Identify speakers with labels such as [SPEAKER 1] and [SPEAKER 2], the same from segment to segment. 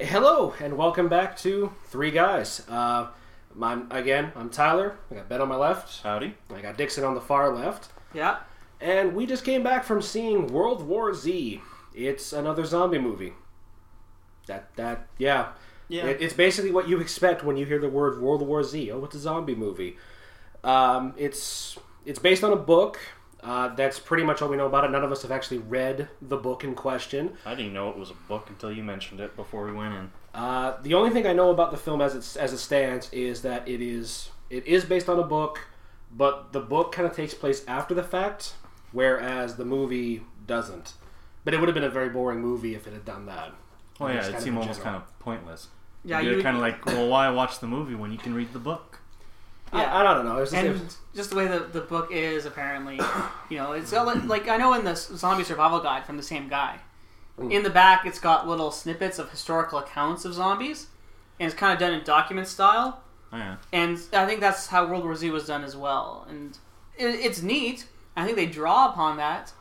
[SPEAKER 1] Hello and welcome back to Three Guys. Uh, I'm again. I'm Tyler. I got Ben on my left.
[SPEAKER 2] Howdy.
[SPEAKER 1] I got Dixon on the far left.
[SPEAKER 3] Yeah.
[SPEAKER 1] And we just came back from seeing World War Z. It's another zombie movie. That that yeah.
[SPEAKER 3] Yeah.
[SPEAKER 1] It- it's basically what you expect when you hear the word World War Z. Oh, it's a zombie movie. Um, it's it's based on a book. Uh, that's pretty much all we know about it. None of us have actually read the book in question.
[SPEAKER 2] I didn't know it was a book until you mentioned it before we went in.
[SPEAKER 1] Uh, the only thing I know about the film as it as it stands is that it is it is based on a book, but the book kind of takes place after the fact, whereas the movie doesn't. But it would have been a very boring movie if it had done that.
[SPEAKER 2] Oh
[SPEAKER 1] Like,
[SPEAKER 2] yeah,
[SPEAKER 1] just
[SPEAKER 2] it
[SPEAKER 1] kind of
[SPEAKER 2] seemed
[SPEAKER 1] in
[SPEAKER 2] almost kind
[SPEAKER 1] general.
[SPEAKER 2] of pointless.
[SPEAKER 3] Yeah,
[SPEAKER 2] You're
[SPEAKER 3] you
[SPEAKER 2] kind of like, well, why watch the movie when you can read the book?
[SPEAKER 3] yeah.
[SPEAKER 1] I, I don't know. It was just, it
[SPEAKER 3] and
[SPEAKER 1] was-
[SPEAKER 3] just the way the, the book is apparently, you know, it's got li- like I know in the s- zombie survival guide from the same guy, in the back it's got little snippets of historical accounts of zombies, and it's kind of done in document style,
[SPEAKER 2] Oh, yeah.
[SPEAKER 3] and I think that's how World War Z was done as well, and it, it's neat. I think they draw upon that,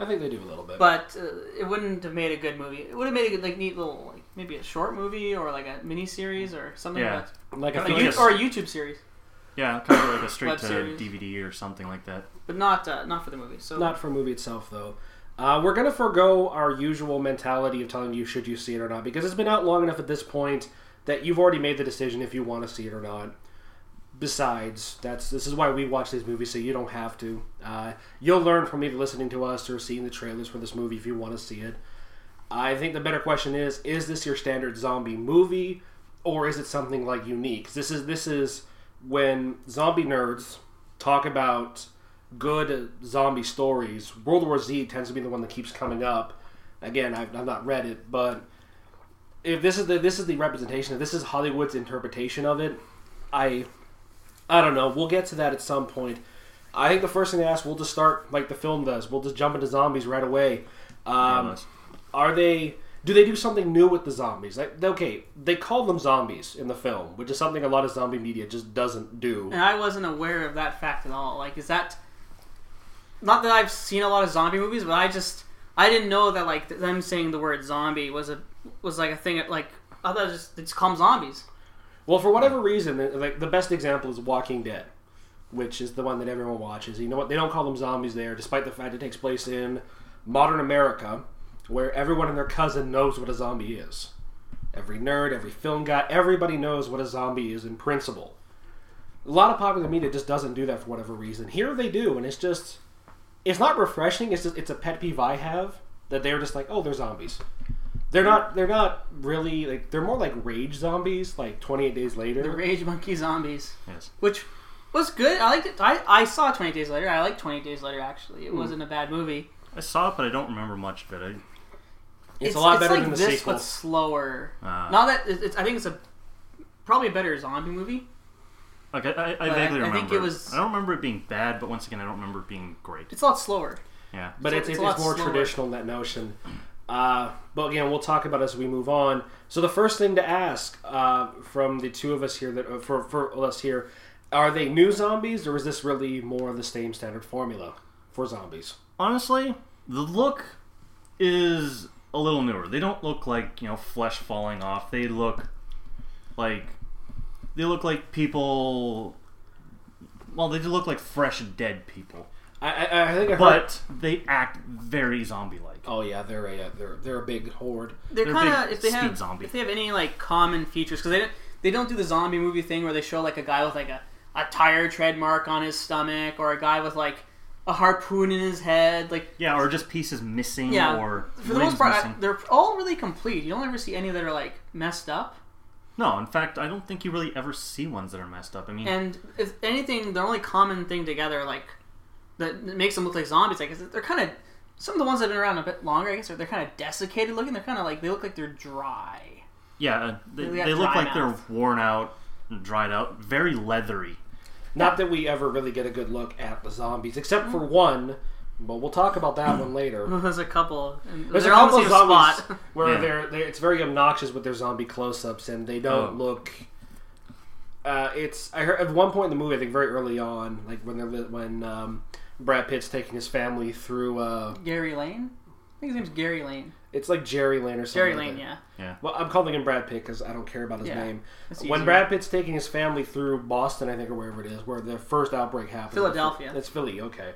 [SPEAKER 1] I think they do a little bit.
[SPEAKER 3] but uh, it wouldn't have made a good movie. It would have made a good, like neat little like maybe a short movie or like a mini series or something
[SPEAKER 2] Yeah.
[SPEAKER 3] like that.
[SPEAKER 1] like I
[SPEAKER 2] I
[SPEAKER 3] A
[SPEAKER 1] think
[SPEAKER 2] think
[SPEAKER 3] you-
[SPEAKER 2] it's-
[SPEAKER 3] or a YouTube series,
[SPEAKER 2] Yeah, kind of like a straight
[SPEAKER 3] Web
[SPEAKER 2] to
[SPEAKER 3] series.
[SPEAKER 2] DVD or something like that.
[SPEAKER 3] but not uh, not for the movie. So
[SPEAKER 1] not for movie itself though. Uh, we're gonna forego our usual mentality of telling you should you see it or not because it's been out long enough at this point that you've already made the decision if you want to see it or not. Besides, that's this is why we watch these movies so you don't have to. Uh, you'll learn from either listening to us or seeing the trailers for this movie if you want to see it. I think the better question is: Is this your standard zombie movie, or is it something like unique? This is this is when zombie nerds talk about good zombie stories. World War Z tends to be the one that keeps coming up. Again, I've, I've not read it, but if this is the this is the representation, if this is Hollywood's interpretation of it, I I don't know. We'll get to that at some point. I think the first thing to ask, we'll just start like the film does. We'll just jump into zombies right away. Um,
[SPEAKER 2] Unless-
[SPEAKER 1] are they do they do something new with the zombies like okay they call them zombies in the film which is something a lot of zombie media just doesn't do
[SPEAKER 3] And I wasn't aware of that fact at all. Like, is that not that I've seen a lot of zombie movies, but I just I didn't know that like th- them saying the word zombie was a was like a thing. That, like I thought it just they just call 'em zombies.
[SPEAKER 1] well for whatever reason th- like the best example is walking dead which is the one that everyone watches you know what they don't call them zombies there despite the fact it takes place in modern america where everyone and their cousin knows what a zombie is every nerd every film guy everybody knows what a zombie is in principle a lot of popular media just doesn't do that for whatever reason here they do and it's just it's not refreshing. It's just it's a pet peeve I have that they're just like, oh, they're zombies. They're not. They're not really like. They're more like rage zombies. Like Twenty Eight Days Later.
[SPEAKER 3] The Rage Monkey Zombies,
[SPEAKER 2] Yes.
[SPEAKER 3] which was good. I liked it. I, I saw Twenty Days Later. I liked Twenty Days Later actually.
[SPEAKER 1] Hmm.
[SPEAKER 3] It wasn't a bad movie.
[SPEAKER 2] I saw it, but I don't remember much of it.
[SPEAKER 1] it's, a lot better
[SPEAKER 3] like
[SPEAKER 1] than the
[SPEAKER 3] this,
[SPEAKER 1] sequel.
[SPEAKER 3] but slower.
[SPEAKER 2] Ah.
[SPEAKER 3] Not that it- it's, I think it's a probably a better zombie movie.
[SPEAKER 2] I, like, I, I, I
[SPEAKER 3] But
[SPEAKER 2] vaguely
[SPEAKER 3] I
[SPEAKER 2] remember.
[SPEAKER 3] think it was-
[SPEAKER 2] I don't remember it being bad, but once again, I don't remember it being great.
[SPEAKER 3] It's a lot slower.
[SPEAKER 2] Yeah.
[SPEAKER 1] but it's, it's,
[SPEAKER 3] it's a lot
[SPEAKER 1] more
[SPEAKER 3] slower.
[SPEAKER 1] traditional in that notion. Uh, but again, we'll talk about it as we move on. So the first thing to ask uh, from the two of us here, that uh, for for us here, are they new zombies or is this really more of the same standard formula for zombies?
[SPEAKER 2] honestly, the look is a little newer. They don't look like, you know, flesh falling off. They look like they look like people well, they do look like fresh dead people.
[SPEAKER 1] I I, I think I heard.
[SPEAKER 2] But they act very zombie like.
[SPEAKER 1] oh yeah, they're a uh, they're they're a big horde.
[SPEAKER 3] they're,
[SPEAKER 2] They're
[SPEAKER 3] kind of
[SPEAKER 2] big
[SPEAKER 3] if they
[SPEAKER 2] speed
[SPEAKER 3] have
[SPEAKER 2] zombie.
[SPEAKER 3] if they have any like common features because they don't they don't do the zombie movie thing where they show like a guy with like a, a tire tread mark on his stomach or a guy with like a harpoon in his head like
[SPEAKER 2] Yeah, or just pieces missing
[SPEAKER 3] Yeah.
[SPEAKER 2] or
[SPEAKER 3] for the most
[SPEAKER 2] limbs
[SPEAKER 3] part I-
[SPEAKER 2] missing.
[SPEAKER 3] they're all really complete you don't ever see any that are like messed up
[SPEAKER 2] No, in fact, I don't think you really ever see ones that are messed up. I mean,
[SPEAKER 3] and if anything the only common thing together like that that makes them look like zombies like is that they're kind of some of the ones that have been around a bit longer I guess are they're kind of desiccated looking they're kind of like they look like they're dry
[SPEAKER 2] yeah, uh, they,
[SPEAKER 3] They got
[SPEAKER 2] they look
[SPEAKER 3] dry
[SPEAKER 2] like they're
[SPEAKER 3] mouth.
[SPEAKER 2] worn out, and dried out, very leathery.
[SPEAKER 1] Not that we ever really get a good look at the zombies, except
[SPEAKER 3] Mm.
[SPEAKER 1] for one, but we'll talk about that one later.
[SPEAKER 3] there's a couple and
[SPEAKER 1] There's
[SPEAKER 3] they're
[SPEAKER 1] a
[SPEAKER 3] all in
[SPEAKER 1] couple
[SPEAKER 3] the
[SPEAKER 1] of
[SPEAKER 3] same
[SPEAKER 1] zombies
[SPEAKER 3] spot.
[SPEAKER 1] where
[SPEAKER 2] Yeah.
[SPEAKER 1] they're, they're it's very obnoxious with their zombie close-ups, and they don't
[SPEAKER 2] Oh.
[SPEAKER 1] look. Uh, it's I heard at one point in the movie, I think very early on, like when they're li- when um, Brad Pitt's taking his family through. Uh,
[SPEAKER 3] Gary Lane? think his name's Gary Lane.
[SPEAKER 1] It's like Jerry Lane or something.
[SPEAKER 3] Jerry
[SPEAKER 1] like
[SPEAKER 3] Lane,
[SPEAKER 1] that.
[SPEAKER 3] yeah.
[SPEAKER 2] Yeah.
[SPEAKER 1] Well, I'm calling him Brad Pitt because I don't care about his
[SPEAKER 3] Yeah.
[SPEAKER 1] name.
[SPEAKER 3] That's
[SPEAKER 1] When
[SPEAKER 3] easier.
[SPEAKER 1] Brad Pitt's taking his family through Boston, I think, or wherever it is, where the first outbreak happened.
[SPEAKER 3] Philadelphia.
[SPEAKER 1] That's Philly, okay.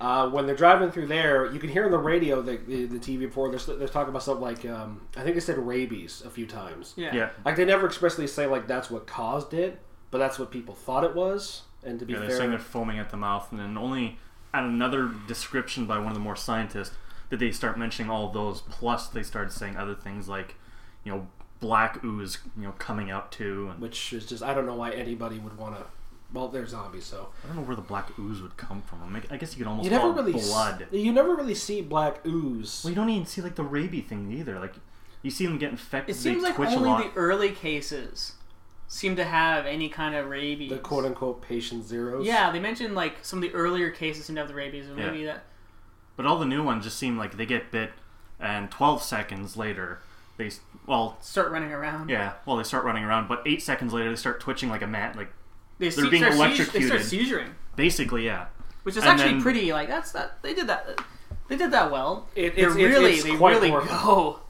[SPEAKER 1] Uh, when they're driving through there, you can hear on the radio, the, the, the TV before, they're, they're talking about stuff like, um, I think they said rabies a few times.
[SPEAKER 3] Yeah.
[SPEAKER 2] Yeah.
[SPEAKER 1] Like, they never expressly say, like, that's what caused it, but that's what people thought it was. And to be
[SPEAKER 2] Yeah, they're saying
[SPEAKER 1] fair,
[SPEAKER 2] they're foaming at the mouth, and then only at another description by one of the more scientists did they start mentioning all those. Plus, they started saying other things like, you know, black ooze, you know, coming out too. And
[SPEAKER 1] which is just, I don't know why anybody would want to. Well, they're zombies, so.
[SPEAKER 2] I don't know where the black ooze would come from. I mean, I guess you could almost
[SPEAKER 1] You
[SPEAKER 2] call
[SPEAKER 1] never really
[SPEAKER 2] it
[SPEAKER 1] s-
[SPEAKER 2] blood.
[SPEAKER 1] you never really see black ooze.
[SPEAKER 2] Well, you don't even see like the rabies thing either. Like, you see them get infected.
[SPEAKER 3] It seems
[SPEAKER 2] they
[SPEAKER 3] like
[SPEAKER 2] twitch a
[SPEAKER 3] only
[SPEAKER 2] lot.
[SPEAKER 3] the early cases seem to have any kind of rabies.
[SPEAKER 1] the quote unquote patient zeros.
[SPEAKER 3] Yeah, they mentioned like some of the earlier cases seem to have the rabies, and
[SPEAKER 2] Yeah.
[SPEAKER 3] maybe that.
[SPEAKER 2] But all the new ones just seem like they get bit, and 12 seconds later, they s- well,
[SPEAKER 3] start running around.
[SPEAKER 2] yeah, well, they start running around. But eight seconds later, they start twitching like a mat. Like,
[SPEAKER 3] They
[SPEAKER 2] They're
[SPEAKER 3] se-
[SPEAKER 2] being
[SPEAKER 3] start seiz-
[SPEAKER 2] electrocuted.
[SPEAKER 3] They start seizuring,
[SPEAKER 2] basically, yeah.
[SPEAKER 3] which is
[SPEAKER 2] And
[SPEAKER 3] actually
[SPEAKER 2] then-
[SPEAKER 3] pretty. Like that's that they did that. They did that well.
[SPEAKER 1] It-
[SPEAKER 3] They're
[SPEAKER 1] it's- it's-
[SPEAKER 3] really
[SPEAKER 1] it's
[SPEAKER 3] they
[SPEAKER 1] quite
[SPEAKER 3] really
[SPEAKER 1] horrifying.
[SPEAKER 3] go.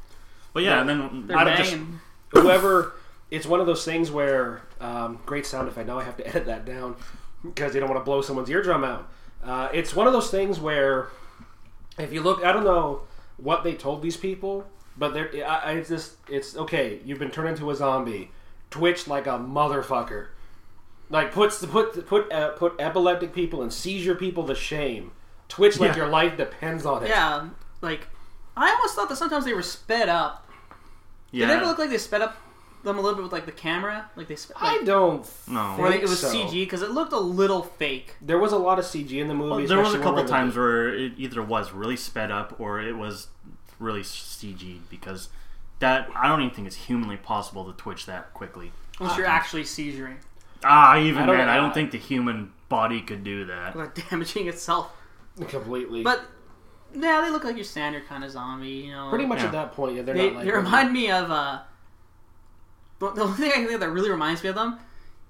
[SPEAKER 2] But yeah, and then
[SPEAKER 3] They're
[SPEAKER 2] out of just
[SPEAKER 3] banging.
[SPEAKER 1] Whoever, it's one of those things where um, great sound effect. Now I have to edit that down because you don't want to blow someone's eardrum out. Uh, it's one of those things where if you look, I don't know what they told these people, but they're I, I, it's just it's okay. You've been turned into a zombie, twitch like a motherfucker. Like puts put put uh, put epileptic people and seizure people to shame. Twitch like
[SPEAKER 2] Yeah.
[SPEAKER 1] your life depends on it.
[SPEAKER 3] yeah, like I almost thought that sometimes they were sped up.
[SPEAKER 2] yeah,
[SPEAKER 3] Did it ever look like they sped up them a little bit with like the camera? Like they sped. Like,
[SPEAKER 1] I don't
[SPEAKER 2] no.
[SPEAKER 3] or
[SPEAKER 1] think
[SPEAKER 3] like, it was
[SPEAKER 1] so.
[SPEAKER 3] CG because it looked a little fake.
[SPEAKER 1] There was a lot of CG in the movie.
[SPEAKER 2] Well, there was
[SPEAKER 1] especially when we're
[SPEAKER 2] a couple
[SPEAKER 1] in the-
[SPEAKER 2] times where it either was really sped up or it was really CG because that I don't even think it's humanly possible to twitch that quickly.
[SPEAKER 3] Unless
[SPEAKER 1] Uh-uh.
[SPEAKER 3] you're actually seizuring,
[SPEAKER 2] Ah, even
[SPEAKER 1] I don't-
[SPEAKER 2] then, I don't think the human body could do that.
[SPEAKER 3] like damaging itself.
[SPEAKER 1] completely.
[SPEAKER 3] But yeah, they look like your standard kind of zombie. You know,
[SPEAKER 1] pretty much
[SPEAKER 2] Yeah.
[SPEAKER 1] at that point, yeah, they're
[SPEAKER 3] They,
[SPEAKER 1] not like.
[SPEAKER 3] they remind me of uh, the the only thing I can think of that really reminds me of them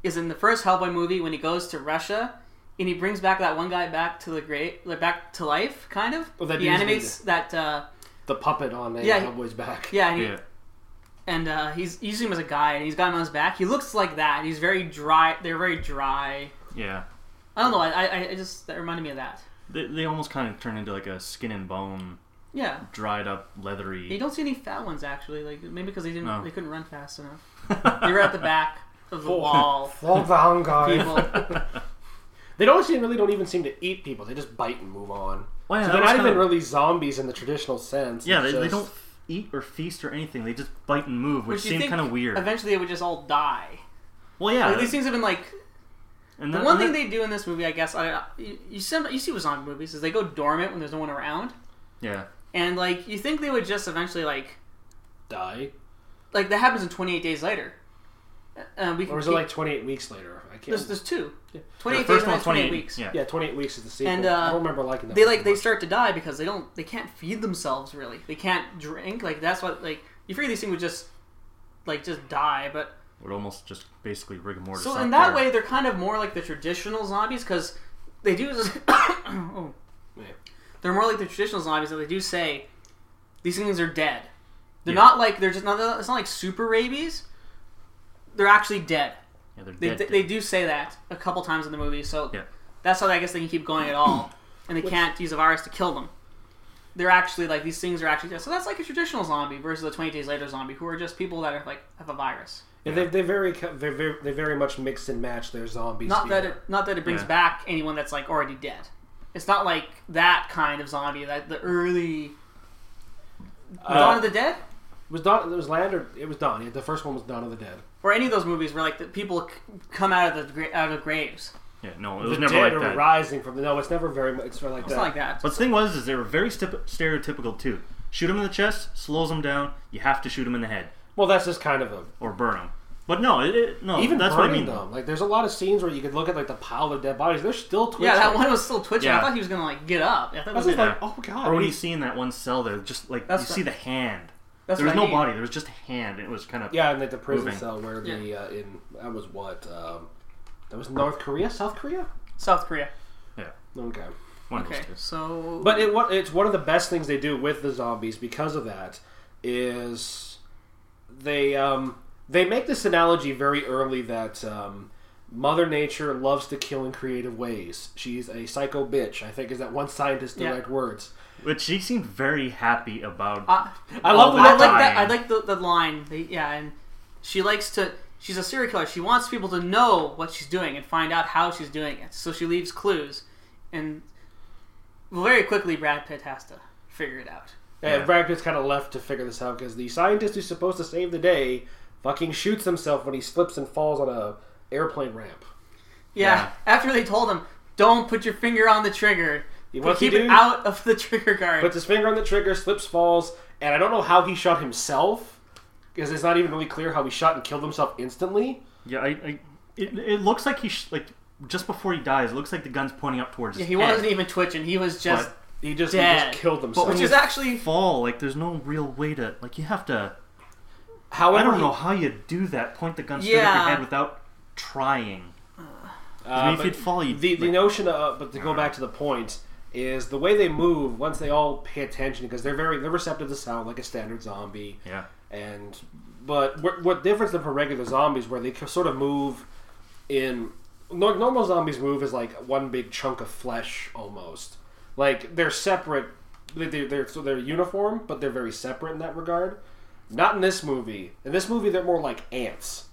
[SPEAKER 3] is in the first Hellboy movie when he goes to Russia and he brings back that one guy back to the great like back to life, kind of.
[SPEAKER 1] Oh, that
[SPEAKER 3] he
[SPEAKER 1] dude's
[SPEAKER 3] animates that. Uh,
[SPEAKER 1] the puppet on a
[SPEAKER 3] Yeah, he-
[SPEAKER 1] Hellboy's back.
[SPEAKER 3] yeah, and, he,
[SPEAKER 2] Yeah,
[SPEAKER 3] and uh, he's using him as a guy, and he's got him on his back. He looks like that. He's very dry. They're very dry.
[SPEAKER 2] yeah.
[SPEAKER 3] I don't know. I, I, I just that reminded me of that.
[SPEAKER 2] They, they almost kind of turn into like a skin and bone,
[SPEAKER 3] Yeah,
[SPEAKER 2] dried up,
[SPEAKER 3] you
[SPEAKER 2] leathery.
[SPEAKER 3] don't see any fat ones actually. Like maybe because they didn't,
[SPEAKER 2] No.
[SPEAKER 3] they couldn't run fast enough. They
[SPEAKER 2] they
[SPEAKER 3] were at the back of the
[SPEAKER 1] Full-
[SPEAKER 3] wall.
[SPEAKER 1] Fall down, guys.
[SPEAKER 3] People.
[SPEAKER 1] They don't actually really don't even seem to eat people. They just bite and move on.
[SPEAKER 2] Well, yeah,
[SPEAKER 1] so
[SPEAKER 2] that
[SPEAKER 1] they're
[SPEAKER 2] was
[SPEAKER 1] not even
[SPEAKER 2] kinda-
[SPEAKER 1] really zombies in the traditional sense.
[SPEAKER 2] Yeah,
[SPEAKER 1] It's
[SPEAKER 2] they, they
[SPEAKER 1] just-
[SPEAKER 2] don't eat or feast or anything. They just bite and move, which,
[SPEAKER 3] you
[SPEAKER 2] seemed
[SPEAKER 3] think
[SPEAKER 2] kind of weird.
[SPEAKER 3] Eventually, they would just all die.
[SPEAKER 2] well, yeah.
[SPEAKER 3] Like, these things have been like
[SPEAKER 2] and
[SPEAKER 3] the
[SPEAKER 2] that-
[SPEAKER 3] one
[SPEAKER 2] and
[SPEAKER 3] thing
[SPEAKER 2] that-
[SPEAKER 3] they do in this movie. I guess I don't, you you, some, you see with zombie movies is they go dormant when there's no one around,
[SPEAKER 2] yeah.
[SPEAKER 3] and like you think they would just eventually like
[SPEAKER 1] die.
[SPEAKER 3] like that happens in 28 days later. Uh, we can
[SPEAKER 1] Or was it
[SPEAKER 3] keep-
[SPEAKER 1] like 28 weeks later? I can't.
[SPEAKER 3] there's, there's two.
[SPEAKER 2] The
[SPEAKER 3] 28 days
[SPEAKER 2] first
[SPEAKER 3] and
[SPEAKER 2] one's
[SPEAKER 3] 28
[SPEAKER 2] 28
[SPEAKER 3] weeks.
[SPEAKER 2] Yeah.
[SPEAKER 1] yeah, 28 weeks is the sequel.
[SPEAKER 3] And, uh,
[SPEAKER 1] I don't remember liking that.
[SPEAKER 3] They
[SPEAKER 1] one
[SPEAKER 3] like
[SPEAKER 1] too
[SPEAKER 3] they
[SPEAKER 1] much.
[SPEAKER 3] start to die because they don't they can't feed themselves really. They can't drink. Like that's what like you figure these things would just like just die, but
[SPEAKER 2] would almost just basically rigor mortis.
[SPEAKER 3] So
[SPEAKER 2] out
[SPEAKER 3] in that
[SPEAKER 2] there.
[SPEAKER 3] way, they're kind of more like the traditional zombies because they do. oh,
[SPEAKER 1] Yeah.
[SPEAKER 3] they're more like the traditional zombies that they do say these things are dead. They're
[SPEAKER 2] Yeah.
[SPEAKER 3] not like they're just not. It's not like super rabies. They're actually dead.
[SPEAKER 2] yeah, they're
[SPEAKER 3] They,
[SPEAKER 2] dead,
[SPEAKER 3] they,
[SPEAKER 2] dead.
[SPEAKER 3] they do say that a couple times in the movie, so
[SPEAKER 2] Yeah.
[SPEAKER 3] that's how I guess they can keep going at all, and they can't use a virus to kill them. They're actually like these things are actually dead. So that's like a traditional zombie versus the twenty days later zombie, who are just people that are like have a virus.
[SPEAKER 1] Yeah, they, they very co- they very they very much mix and match their zombies.
[SPEAKER 3] Not that it,
[SPEAKER 1] together.
[SPEAKER 3] not that it brings
[SPEAKER 2] Yeah.
[SPEAKER 3] back anyone that's like already dead. It's not like that kind of zombie that the early Dawn of
[SPEAKER 2] Uh,
[SPEAKER 3] the Dead
[SPEAKER 1] It Uh, was Dawn. It was Land or it was Dawn. Yeah, the first one was Dawn of the Dead.
[SPEAKER 3] or any of those movies where like the people c- come out of the gra- out of graves.
[SPEAKER 2] Yeah, no, it was
[SPEAKER 1] the
[SPEAKER 2] never
[SPEAKER 1] dead
[SPEAKER 2] like
[SPEAKER 1] are
[SPEAKER 2] that.
[SPEAKER 1] rising from the no. It's never very. much It's never like
[SPEAKER 3] It's
[SPEAKER 1] that.
[SPEAKER 3] not like that.
[SPEAKER 2] But the thing was, is they were very stip- stereotypical too. Shoot him in the chest, slows him down. You have to shoot him in the head
[SPEAKER 1] Well, that's just kind of a
[SPEAKER 2] or burn him. But no, it, it, no,
[SPEAKER 1] even
[SPEAKER 2] that's
[SPEAKER 1] burning
[SPEAKER 2] what I mean.
[SPEAKER 1] them. Like there's a lot of scenes where you could look at like the pile of dead bodies. They're still twitching.
[SPEAKER 3] yeah, that one was still twitching. I
[SPEAKER 2] Yeah.
[SPEAKER 3] thought he was gonna like get up. I thought it
[SPEAKER 1] I was
[SPEAKER 3] was
[SPEAKER 1] just
[SPEAKER 3] gonna-
[SPEAKER 1] like, oh god.
[SPEAKER 2] Or when you
[SPEAKER 1] he's-
[SPEAKER 2] see in that one cell there, just like
[SPEAKER 3] That's
[SPEAKER 2] you
[SPEAKER 3] the-
[SPEAKER 2] see the hand.
[SPEAKER 3] that's
[SPEAKER 2] There
[SPEAKER 3] what
[SPEAKER 2] was
[SPEAKER 3] I
[SPEAKER 2] no
[SPEAKER 3] mean.
[SPEAKER 2] body. There was just a hand. It was kind of
[SPEAKER 1] yeah, and like the prison
[SPEAKER 2] Moving.
[SPEAKER 1] cell where the uh, in that was what um, that was North Korea, South Korea.
[SPEAKER 3] South Korea.
[SPEAKER 2] yeah.
[SPEAKER 1] Okay,
[SPEAKER 2] One of
[SPEAKER 3] Okay,
[SPEAKER 2] those two.
[SPEAKER 3] so
[SPEAKER 1] But it wa- it's one of the best things they do with the zombies because of that is they um, they make this analogy very early that um, Mother Nature loves to kill in creative ways. She's a psycho bitch. I think is that one scientist's
[SPEAKER 3] Yeah.
[SPEAKER 1] direct words.
[SPEAKER 2] Which she seemed very happy about.
[SPEAKER 3] I,
[SPEAKER 1] I
[SPEAKER 2] All
[SPEAKER 1] love
[SPEAKER 2] the
[SPEAKER 1] that.
[SPEAKER 3] I like that.
[SPEAKER 2] time.
[SPEAKER 3] I like the, the line. The, yeah, and she likes to. She's a serial killer. She wants people to know what she's doing and find out how she's doing it. So she leaves clues, and very quickly Brad Pitt has to figure it out.
[SPEAKER 1] And
[SPEAKER 2] Yeah.
[SPEAKER 1] Brad Pitt's kind of left to figure this out because the scientist who's supposed to save the day fucking shoots himself when he slips and falls on a airplane ramp.
[SPEAKER 3] Yeah.
[SPEAKER 2] Yeah.
[SPEAKER 3] After they told him, "Don't put your finger on the trigger.
[SPEAKER 1] You
[SPEAKER 3] But
[SPEAKER 1] want
[SPEAKER 3] keep
[SPEAKER 1] to
[SPEAKER 3] it
[SPEAKER 1] do?
[SPEAKER 3] out of the trigger guard."
[SPEAKER 1] Puts his finger on the trigger, slips, falls, and I don't know how he shot himself because it's not even really clear how he shot and killed himself instantly.
[SPEAKER 2] yeah, I, I it, it looks like he sh- like just before he dies, it looks like the gun's pointing up towards
[SPEAKER 3] yeah,
[SPEAKER 2] his
[SPEAKER 3] he
[SPEAKER 2] head.
[SPEAKER 3] wasn't even twitching. He was just
[SPEAKER 2] But-
[SPEAKER 1] He just, he
[SPEAKER 3] dead.
[SPEAKER 1] just killed
[SPEAKER 3] But
[SPEAKER 1] himself.
[SPEAKER 3] which is actually
[SPEAKER 2] fall. Like there's no real way to like you have to.
[SPEAKER 1] However,
[SPEAKER 2] I don't know how you do that. Point the gun straight at
[SPEAKER 3] Yeah.
[SPEAKER 2] your head without trying.
[SPEAKER 1] uh,
[SPEAKER 2] I mean, if
[SPEAKER 1] but
[SPEAKER 2] you'd fall, you'd
[SPEAKER 1] the the
[SPEAKER 2] like,
[SPEAKER 1] notion of but to go back to the point is the way they move once they all pay attention because they're very they're receptive to sound like a standard zombie.
[SPEAKER 2] yeah.
[SPEAKER 1] and but what, what difference than from regular zombies where they c- sort of move in nor- normal zombies move is like one big chunk of flesh almost like they're separate they- they- they're so they're uniform but they're very separate in that regard not in this movie in this movie they're more like ants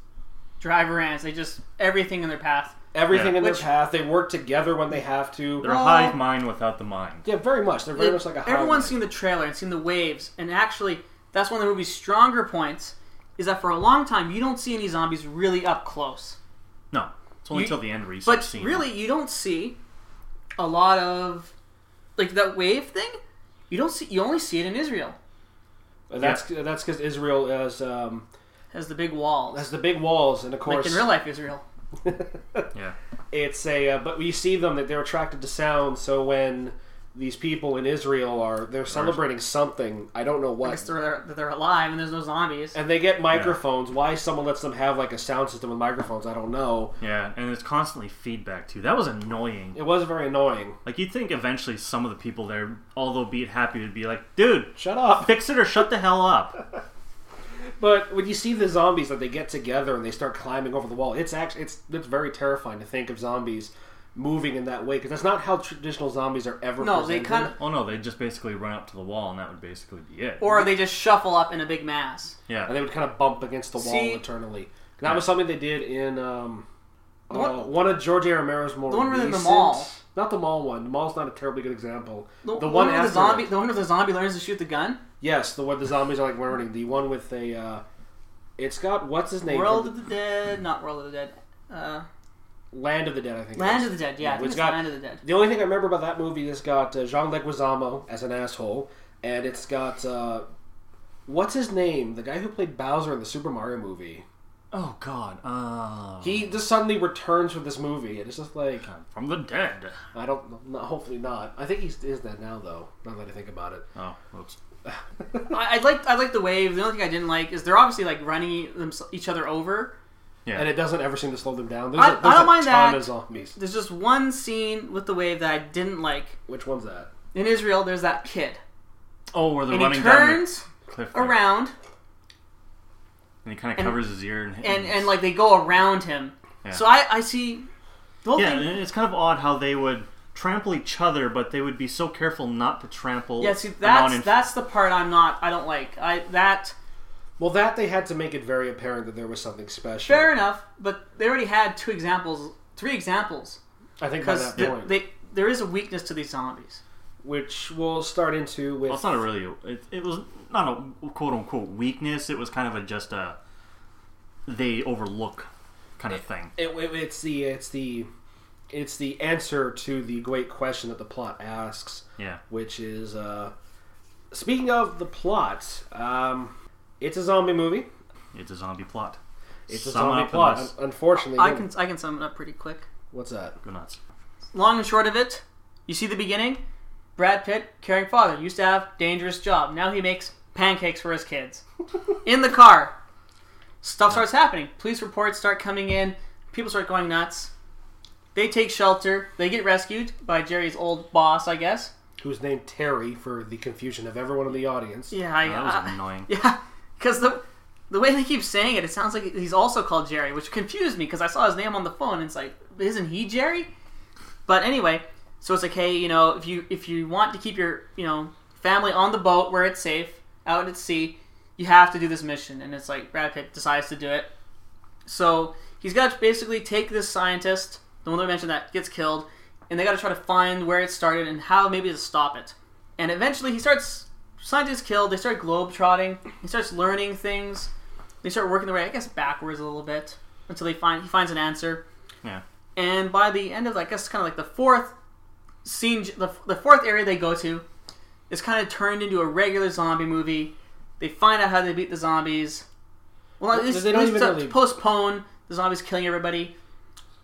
[SPEAKER 3] driver ants. They just everything in their path.
[SPEAKER 1] everything
[SPEAKER 2] Yeah.
[SPEAKER 1] in their
[SPEAKER 3] Which-
[SPEAKER 1] path they work together when they have to
[SPEAKER 2] They're a
[SPEAKER 3] Well-
[SPEAKER 2] hive mind without the mind.
[SPEAKER 1] yeah very much they're very
[SPEAKER 3] Like,
[SPEAKER 1] much like a hive
[SPEAKER 3] everyone's
[SPEAKER 1] mind.
[SPEAKER 3] seen the trailer and seen the waves, and actually, that's one of the movie's stronger points. Is that for a long time you don't see any zombies really up close,
[SPEAKER 2] No, it's only
[SPEAKER 3] You-
[SPEAKER 2] till the end where you start
[SPEAKER 3] but
[SPEAKER 2] seeing
[SPEAKER 3] really you don't see a lot of like that wave thing. You don't see. You only see it in Israel
[SPEAKER 1] And that's that's because israel has um
[SPEAKER 3] as the big walls,
[SPEAKER 1] has the big walls and of course
[SPEAKER 3] like in real life Israel.
[SPEAKER 2] them. Yeah.
[SPEAKER 1] it's a uh, but we see them that they're attracted to sound so when these people in israel are they're celebrating something i don't know
[SPEAKER 3] I guess
[SPEAKER 1] what
[SPEAKER 3] they're they're alive and there's no zombies.
[SPEAKER 1] and they get microphones why someone lets them have like a sound system with microphones i don't know
[SPEAKER 2] Yeah, and it's constantly feedback too. That was annoying.
[SPEAKER 1] it was very annoying
[SPEAKER 2] Like you'd think eventually some of the people there, although be it happy, would be like, "Dude,
[SPEAKER 1] shut up
[SPEAKER 2] fix it or shut the hell up."
[SPEAKER 1] but when you see the zombies that they get together and they start climbing over the wall it's actually it's it's very terrifying to think of zombies moving in that way because that's not how traditional zombies are ever
[SPEAKER 3] No, they
[SPEAKER 1] presented.
[SPEAKER 3] kind of
[SPEAKER 2] oh no, they just basically run up to the wall, and that would basically be it.
[SPEAKER 3] or they just shuffle up in a big mass.
[SPEAKER 1] and
[SPEAKER 2] yeah,
[SPEAKER 1] they would kind of bump against the wall
[SPEAKER 3] See-
[SPEAKER 1] eternally. And that was something they did in um, uh,
[SPEAKER 3] What-
[SPEAKER 1] one of George A. Romero's more
[SPEAKER 3] The one within the
[SPEAKER 1] recent-
[SPEAKER 3] mall.
[SPEAKER 1] Not the mall one. The mall's not a terribly good example.
[SPEAKER 3] The,
[SPEAKER 1] the
[SPEAKER 3] one,
[SPEAKER 1] one
[SPEAKER 3] where
[SPEAKER 1] after
[SPEAKER 3] the zombie,
[SPEAKER 1] it.
[SPEAKER 3] the one where the zombie learns to shoot the gun.
[SPEAKER 1] Yes, the one the zombies are like learning. The one with a, uh, it's got what's his name?
[SPEAKER 3] World
[SPEAKER 1] from-
[SPEAKER 3] of the Dead, not World of the Dead. Uh,
[SPEAKER 1] Land of the Dead, I think. it
[SPEAKER 3] Land
[SPEAKER 1] is.
[SPEAKER 3] of the Dead, yeah. I think
[SPEAKER 1] It's
[SPEAKER 3] it's
[SPEAKER 1] got-
[SPEAKER 3] Land of the Dead.
[SPEAKER 1] The only thing I remember about that movie is got uh, Jean Leguizamo as an asshole, and it's got uh, what's his name? The guy who played Bowser in the Super Mario movie.
[SPEAKER 2] Oh god, uh,
[SPEAKER 1] He just suddenly returns from this movie, and it's just like.
[SPEAKER 2] from the dead.
[SPEAKER 1] I don't. No, hopefully not. I think he is that now, though. Now that I think about it.
[SPEAKER 2] Oh, oops.
[SPEAKER 3] I, I like I like the wave. The only thing I didn't like is they're obviously like running them, each other over.
[SPEAKER 2] Yeah,
[SPEAKER 1] And it doesn't ever seem to slow them down. There's
[SPEAKER 3] I-
[SPEAKER 1] a-
[SPEAKER 3] I
[SPEAKER 1] there's
[SPEAKER 3] don't
[SPEAKER 1] a
[SPEAKER 3] mind
[SPEAKER 1] ton
[SPEAKER 3] that.
[SPEAKER 1] of zombies.
[SPEAKER 3] There's just one scene with the wave that I didn't like.
[SPEAKER 1] Which one's that?
[SPEAKER 3] In Israel, there's that kid,
[SPEAKER 2] oh, where they're
[SPEAKER 3] and he
[SPEAKER 2] running down
[SPEAKER 3] turns
[SPEAKER 2] the cliff there.
[SPEAKER 3] around
[SPEAKER 2] and he kind of
[SPEAKER 3] and-
[SPEAKER 2] covers his ear and
[SPEAKER 3] and and like they go around him.
[SPEAKER 2] Yeah.
[SPEAKER 3] So I I see the whole
[SPEAKER 2] yeah,
[SPEAKER 3] thing.
[SPEAKER 2] and it's kind of odd how they would trample each other, but they would be so careful not to trample.
[SPEAKER 3] Yeah, see
[SPEAKER 2] a
[SPEAKER 3] that's
[SPEAKER 2] non-inf-
[SPEAKER 3] that's the part I'm not I don't like. I that
[SPEAKER 1] Well, that they had to make it very apparent that there was something special.
[SPEAKER 3] fair enough, but they already had two examples, three examples
[SPEAKER 1] I think by
[SPEAKER 3] because
[SPEAKER 1] that
[SPEAKER 3] th-
[SPEAKER 1] point,
[SPEAKER 3] they there is a weakness to these zombies.
[SPEAKER 1] which we'll start into with.
[SPEAKER 2] Well, it's not a really. It, it was not a quote unquote weakness. It was kind of a just a they overlook kind of thing.
[SPEAKER 1] it, it- it's the it's the it's the answer to the great question that the plot asks,
[SPEAKER 2] Yeah,
[SPEAKER 1] which is uh, speaking of the plot. Um, it's a zombie movie.
[SPEAKER 2] it's a zombie plot.
[SPEAKER 1] It's a
[SPEAKER 2] Sum
[SPEAKER 1] zombie
[SPEAKER 2] up
[SPEAKER 1] plot.
[SPEAKER 2] unless-
[SPEAKER 1] Un- unfortunately,
[SPEAKER 3] I can I can sum it up pretty quick.
[SPEAKER 1] What's that?
[SPEAKER 2] Go nuts.
[SPEAKER 3] long and short of it, you see the beginning. Brad Pitt, caring father, used to have dangerous job. Now he makes pancakes for his kids. in the car, stuff starts happening. Police reports start coming in. People start going nuts. They take shelter. They get rescued by Jerry's old boss, I guess.
[SPEAKER 1] who's named Terry for the confusion of everyone in the audience.
[SPEAKER 3] Yeah, I,
[SPEAKER 2] That was
[SPEAKER 3] I-
[SPEAKER 2] annoying.
[SPEAKER 3] yeah, because the the way they keep saying it, it sounds like he's also called Jerry, which confused me because I saw his name on the phone and it's like, isn't he Jerry? But anyway, so it's like, hey, you know, if you if you want to keep your you know family on the boat where it's safe out at sea, you have to do this mission, and it's like Brad Pitt decides to do it. So he's got to basically take this scientist, the one that I mentioned that gets killed, and they got to try to find where it started and how maybe to stop it. And eventually, he starts scientists killed. They start globetrotting. He starts learning things. They start working their way, I guess, backwards a little bit until they find he finds an answer.
[SPEAKER 2] Yeah.
[SPEAKER 3] And by the end of, I guess, kind of like the fourth scene, the, the fourth area they go to, is kind of turned into a regular zombie movie. They find out how they beat the zombies. Well, at
[SPEAKER 1] They-
[SPEAKER 3] least,
[SPEAKER 1] they
[SPEAKER 3] they
[SPEAKER 1] don't
[SPEAKER 3] at least
[SPEAKER 1] even
[SPEAKER 3] to
[SPEAKER 1] really-
[SPEAKER 3] postpone the zombies killing everybody.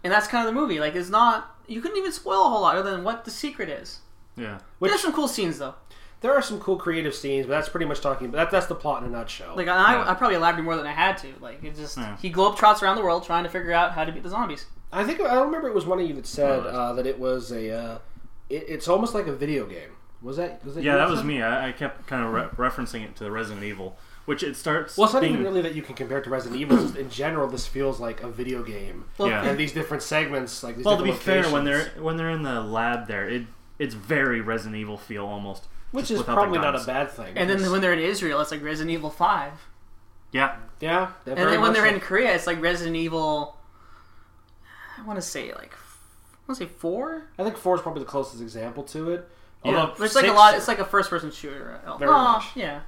[SPEAKER 3] And that's kind of the movie. Like, it's not. You couldn't even spoil a whole lot other than what the secret is.
[SPEAKER 2] Yeah.
[SPEAKER 3] There's some cool scenes, though.
[SPEAKER 1] There are some cool creative scenes, but that's pretty much talking. But that, that's the plot in a nutshell.
[SPEAKER 3] Like I,
[SPEAKER 2] Yeah.
[SPEAKER 3] I probably elaborated more than I had to. Like it just
[SPEAKER 2] Yeah.
[SPEAKER 3] he globetrots around the world trying to figure out how to beat the zombies.
[SPEAKER 1] I think I remember it was one of you that said
[SPEAKER 2] Oh,
[SPEAKER 1] uh, that it was a. Uh, it, it's almost like a video game. Was that? Was that
[SPEAKER 2] Yeah,
[SPEAKER 1] you
[SPEAKER 2] that
[SPEAKER 1] said?
[SPEAKER 2] was me. I, I kept kind of re- referencing it to the Resident Evil, which it starts.
[SPEAKER 1] Well, it's not
[SPEAKER 2] being,
[SPEAKER 1] even really that you can compare it to Resident Evil. Just in general, this feels like a video game,
[SPEAKER 3] Well,
[SPEAKER 2] Yeah.
[SPEAKER 1] and these different segments, like these
[SPEAKER 2] Well, to be
[SPEAKER 1] different
[SPEAKER 2] fair, when
[SPEAKER 1] locations,
[SPEAKER 2] they're when they're in the lab, there it it's very Resident Evil feel almost.
[SPEAKER 1] which
[SPEAKER 2] just
[SPEAKER 1] is
[SPEAKER 2] without the
[SPEAKER 1] probably not a
[SPEAKER 2] guns.
[SPEAKER 1] bad thing.
[SPEAKER 3] And then
[SPEAKER 1] because-
[SPEAKER 3] when they're in Israel, it's like Resident Evil Five.
[SPEAKER 2] Yeah,
[SPEAKER 1] yeah,
[SPEAKER 3] And then when they're in Korea, it's like Resident Evil. I want to say like, I want to say four.
[SPEAKER 1] I think four is probably the closest example to it.
[SPEAKER 2] Yeah.
[SPEAKER 1] Although
[SPEAKER 3] It's like a
[SPEAKER 1] six-
[SPEAKER 3] lot. It's like a first-person shooter. Oh,
[SPEAKER 1] Very much.
[SPEAKER 3] yeah.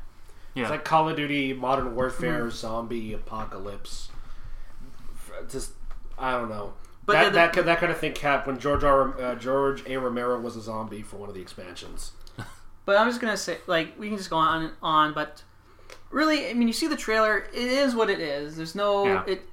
[SPEAKER 2] yeah.
[SPEAKER 1] It's like Call of Duty, Modern Warfare, zombie apocalypse. F- Just I don't know. But
[SPEAKER 3] But
[SPEAKER 1] that
[SPEAKER 3] the- the-
[SPEAKER 1] that, ki- that kind of thing happened when George R. Uh, George A. Romero was a zombie for one of the expansions.
[SPEAKER 3] But I'm just gonna say, like, we can just go on and on. But really, I mean, you see the trailer. It is what it is. There's no
[SPEAKER 2] Yeah.
[SPEAKER 3] it.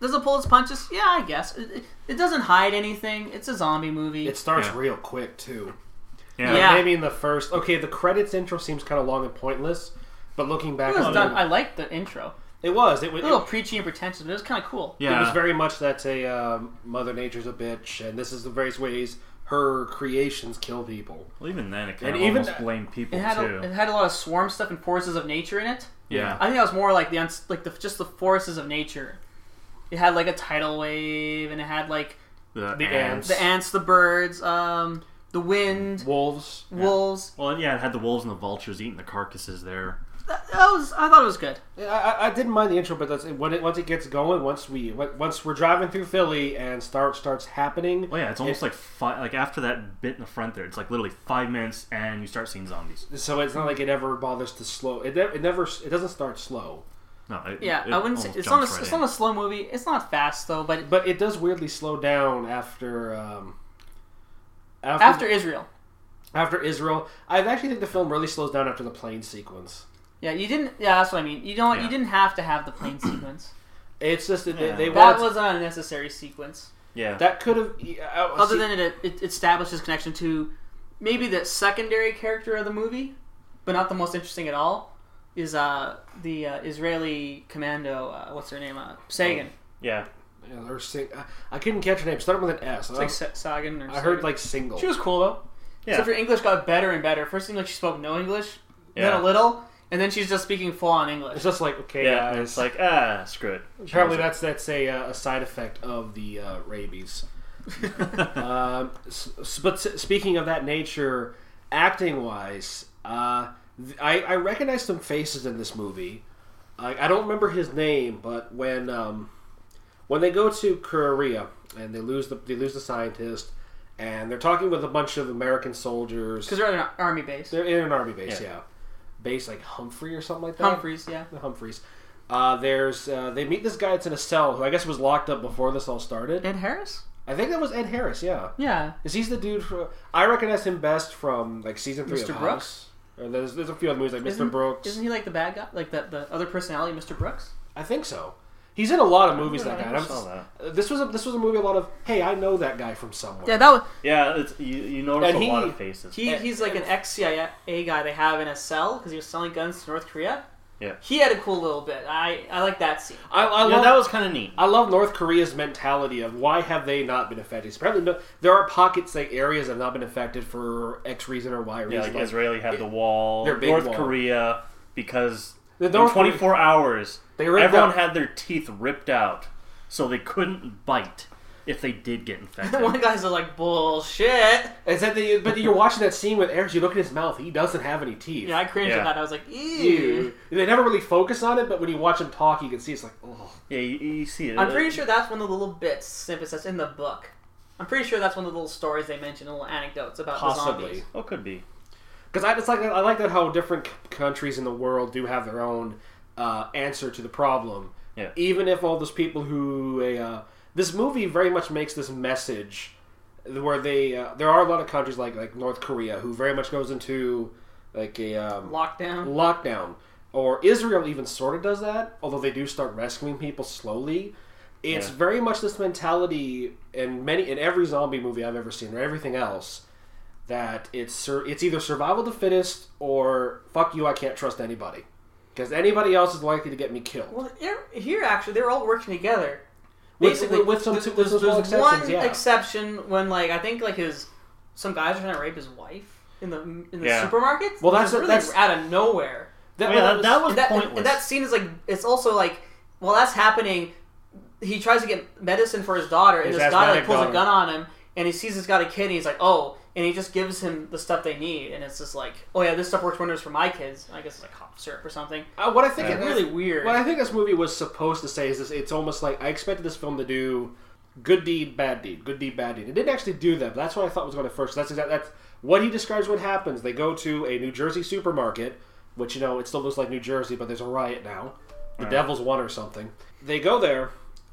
[SPEAKER 3] Does it pull its punches? Yeah, I guess. It, it, it doesn't hide anything. It's a zombie movie.
[SPEAKER 1] It starts
[SPEAKER 2] Yeah.
[SPEAKER 1] real quick too. Uh,
[SPEAKER 2] yeah.
[SPEAKER 3] Yeah.
[SPEAKER 1] Maybe in the first. Okay, the credits intro seems kind of long and pointless. But looking back,
[SPEAKER 3] It was
[SPEAKER 1] on
[SPEAKER 3] done.
[SPEAKER 1] it-
[SPEAKER 3] I liked the intro.
[SPEAKER 1] it was. It was.
[SPEAKER 3] A
[SPEAKER 1] It,
[SPEAKER 3] little preachy and pretentious, but it was kind of cool.
[SPEAKER 1] it was
[SPEAKER 2] Yeah.
[SPEAKER 1] very much that's a um, Mother Nature's a bitch, and this is the various ways her creations kill people.
[SPEAKER 2] Well, even then, it
[SPEAKER 1] And
[SPEAKER 2] kind of
[SPEAKER 1] even
[SPEAKER 2] almost
[SPEAKER 1] that-
[SPEAKER 2] blamed people
[SPEAKER 3] It had
[SPEAKER 2] too.
[SPEAKER 3] a, it had a lot of swarm stuff and forces of nature in it.
[SPEAKER 2] yeah.
[SPEAKER 3] I think that was more like the uns- like the just the forces of nature. It had like a tidal wave, and it had like
[SPEAKER 2] the,
[SPEAKER 1] the ants.
[SPEAKER 2] ants.
[SPEAKER 3] the ants, the birds, um, the wind,
[SPEAKER 1] Wolves.
[SPEAKER 3] wolves.
[SPEAKER 2] Well, yeah, it had the wolves and the vultures eating the carcasses there.
[SPEAKER 3] That, that was I thought it was good.
[SPEAKER 1] I, I- I didn't mind the intro, but that's when it once it gets going. Once we when- once we're driving through Philly and start starts happening.
[SPEAKER 2] Well, yeah, it's almost like fi- like after that bit in the front there, it's like literally five minutes and you start seeing zombies.
[SPEAKER 1] So it's not like it ever bothers to slow. It, ne- it never. It doesn't start slow,
[SPEAKER 2] No, it,
[SPEAKER 3] Yeah,
[SPEAKER 2] it
[SPEAKER 3] I wouldn't say
[SPEAKER 2] almost
[SPEAKER 3] it's not a,
[SPEAKER 2] jumps right
[SPEAKER 3] it's
[SPEAKER 2] in.
[SPEAKER 3] not a slow movie. It's not fast though, but
[SPEAKER 1] but it does weirdly slow down after. Um, after,
[SPEAKER 3] after Israel,
[SPEAKER 1] after Israel, I actually think the film really slows down after the plane sequence.
[SPEAKER 3] yeah, you didn't. Yeah, that's what I mean. You don't. You
[SPEAKER 2] Yeah.
[SPEAKER 3] didn't have to have the plane sequence.
[SPEAKER 1] It's just that
[SPEAKER 2] Yeah.
[SPEAKER 1] they, they
[SPEAKER 3] That
[SPEAKER 1] wanted
[SPEAKER 3] was an unnecessary sequence.
[SPEAKER 2] yeah.
[SPEAKER 1] that could have. I- I-
[SPEAKER 3] Other
[SPEAKER 1] see-
[SPEAKER 3] than it, it establishes connection to maybe the secondary character of the movie, but not the most interesting at all. Is uh the uh, Israeli commando? Uh, what's her name? Uh, Sagan.
[SPEAKER 2] yeah.
[SPEAKER 1] Yeah, or sing, I, I couldn't catch her name. Start with an S. I,
[SPEAKER 3] It's like Sa- Sagan. Or
[SPEAKER 1] Oh, I heard
[SPEAKER 3] Sagan.
[SPEAKER 1] like single.
[SPEAKER 3] she was cool though.
[SPEAKER 2] Yeah.
[SPEAKER 3] Except her English got better and better. First seemed like she spoke no English,
[SPEAKER 2] Yeah.
[SPEAKER 3] then a little, and then she's just speaking full on English.
[SPEAKER 1] it's just like okay,
[SPEAKER 2] Yeah,
[SPEAKER 1] guys.
[SPEAKER 2] it's like ah, screw it.
[SPEAKER 1] Apparently, that's that's a, uh, a side effect of the uh, rabies. um, s- s- but s- speaking of that nature, acting wise, uh, th- I, I recognize some faces in this movie. I, I don't remember his name, but when um, when they go to Korea and they lose the they lose the scientist, and they're talking with a bunch of American soldiers.
[SPEAKER 3] Because they're at an army base.
[SPEAKER 1] They're in an army base, yeah.
[SPEAKER 2] Yeah.
[SPEAKER 1] Base like Humphrey or something like that.
[SPEAKER 3] Humphreys, yeah.
[SPEAKER 1] The Humphreys. Uh, there's uh, they meet this guy that's in a cell who I guess was locked up before this all started.
[SPEAKER 3] Ed Harris?
[SPEAKER 1] I think that was Ed Harris. Yeah,
[SPEAKER 3] Yeah.
[SPEAKER 1] is he's the dude? From, I recognize him best from like season three
[SPEAKER 3] Mr.
[SPEAKER 1] of
[SPEAKER 3] Brooks?
[SPEAKER 1] House. Or there's there's a few other movies like
[SPEAKER 3] Isn't-
[SPEAKER 1] Mr. Brooks.
[SPEAKER 3] Isn't he like the bad guy? Like the, the other personality, Mr. Brooks?
[SPEAKER 1] I think so. He's in a lot of movies
[SPEAKER 2] Yeah,
[SPEAKER 1] that
[SPEAKER 2] I
[SPEAKER 1] guy. and
[SPEAKER 2] never
[SPEAKER 1] I'm
[SPEAKER 2] saw
[SPEAKER 1] just-
[SPEAKER 2] that.
[SPEAKER 1] uh, This was a, this was a movie a lot of hey I know that guy from somewhere.
[SPEAKER 3] Yeah, that was.
[SPEAKER 2] Yeah, it's, you, you notice
[SPEAKER 1] And
[SPEAKER 2] a
[SPEAKER 1] he-
[SPEAKER 2] lot of faces. eh.
[SPEAKER 3] He, he's like an ex CIA guy they have in a cell because he was selling guns to North Korea.
[SPEAKER 2] Yeah.
[SPEAKER 3] He had a cool little bit. I, I like that scene.
[SPEAKER 1] I, I
[SPEAKER 2] Yeah,
[SPEAKER 1] love
[SPEAKER 2] that was kind of neat.
[SPEAKER 1] I love North Korea's mentality of why have they not been affected? So Probably no, there are pockets, like areas that have not been affected for X reason or Y reason.
[SPEAKER 2] Yeah, like
[SPEAKER 1] Like,
[SPEAKER 2] Israeli had the wall.
[SPEAKER 1] their big
[SPEAKER 2] North
[SPEAKER 1] wall.
[SPEAKER 2] Korea because
[SPEAKER 1] The
[SPEAKER 2] in
[SPEAKER 1] North
[SPEAKER 2] 24 hours
[SPEAKER 1] They ripped
[SPEAKER 2] everyone
[SPEAKER 1] out-
[SPEAKER 2] had their teeth ripped out, so they couldn't bite if they did get infected.
[SPEAKER 3] One of the guys is like, bullshit.
[SPEAKER 1] Is that the, but you're watching that scene with Eric, you look at his mouth, he doesn't have any teeth.
[SPEAKER 3] Yeah, I cringed
[SPEAKER 2] Yeah.
[SPEAKER 3] at that. I was like, ew.
[SPEAKER 1] Ew. They never really focus on it, but when you watch him talk, you can see it's like, oh.
[SPEAKER 2] yeah, you, you see it. Uh,
[SPEAKER 3] I'm pretty sure that's one of the little bits, snippets that's in the book. I'm pretty sure that's one of the little stories they mention, little anecdotes about the
[SPEAKER 1] Possibly.
[SPEAKER 3] zombies.
[SPEAKER 2] Oh, could be.
[SPEAKER 1] Because I just like I like that how different c- countries in the world do have their own uh, answer to the problem.
[SPEAKER 2] Yeah.
[SPEAKER 1] Even if all those people who uh, this movie very much makes this message where they uh, there are a lot of countries like like North Korea who very much goes into like a um,
[SPEAKER 3] Lockdown.
[SPEAKER 1] lockdown or Israel even sort of does that although they do start rescuing people slowly it's
[SPEAKER 2] Yeah.
[SPEAKER 1] very much this mentality in many in every zombie movie I've ever seen or everything else that it's sur- it's either survival of the fittest or fuck you I can't trust anybody because anybody else is likely to get me killed
[SPEAKER 3] Well, here, here actually, they're all working together.
[SPEAKER 1] With-
[SPEAKER 3] Basically,
[SPEAKER 1] with- with some-
[SPEAKER 3] th-
[SPEAKER 1] with
[SPEAKER 3] there's,
[SPEAKER 1] some small
[SPEAKER 3] there's
[SPEAKER 1] exceptions,
[SPEAKER 3] one
[SPEAKER 1] yeah.
[SPEAKER 3] exception when, like, I think like his some guys are trying to rape his wife in the in the
[SPEAKER 2] Yeah.
[SPEAKER 3] supermarket.
[SPEAKER 1] Well,
[SPEAKER 3] which
[SPEAKER 1] that's-
[SPEAKER 3] is really
[SPEAKER 1] that's-
[SPEAKER 3] out of nowhere.
[SPEAKER 1] that,
[SPEAKER 2] Well, yeah, that- that was-
[SPEAKER 3] and that, and-
[SPEAKER 2] pointless.
[SPEAKER 3] and that scene is like it's also like while that's happening, he tries to get medicine for his daughter, and
[SPEAKER 1] His
[SPEAKER 3] this guy like
[SPEAKER 1] asthmatic
[SPEAKER 3] pulls
[SPEAKER 1] daughter.
[SPEAKER 3] a gun on him, and he sees he's got a kid, and he's like, oh, and he just gives him the stuff they need, and it's just like, oh yeah, this stuff works wonders for my kids. I guess it's like cough syrup or something.
[SPEAKER 1] uh, what I think
[SPEAKER 3] It's
[SPEAKER 1] it-
[SPEAKER 3] really weird.
[SPEAKER 1] what I think this movie was supposed to say is this it's almost like I expected this film to do good deed, bad deed, good deed, bad deed. It didn't actually do that, but that's what I thought was going to first. That's exactly that's what he describes what happens. They go to a New Jersey supermarket, which you know, it still looks like New Jersey, but there's a riot now. The Devils won or something. They go there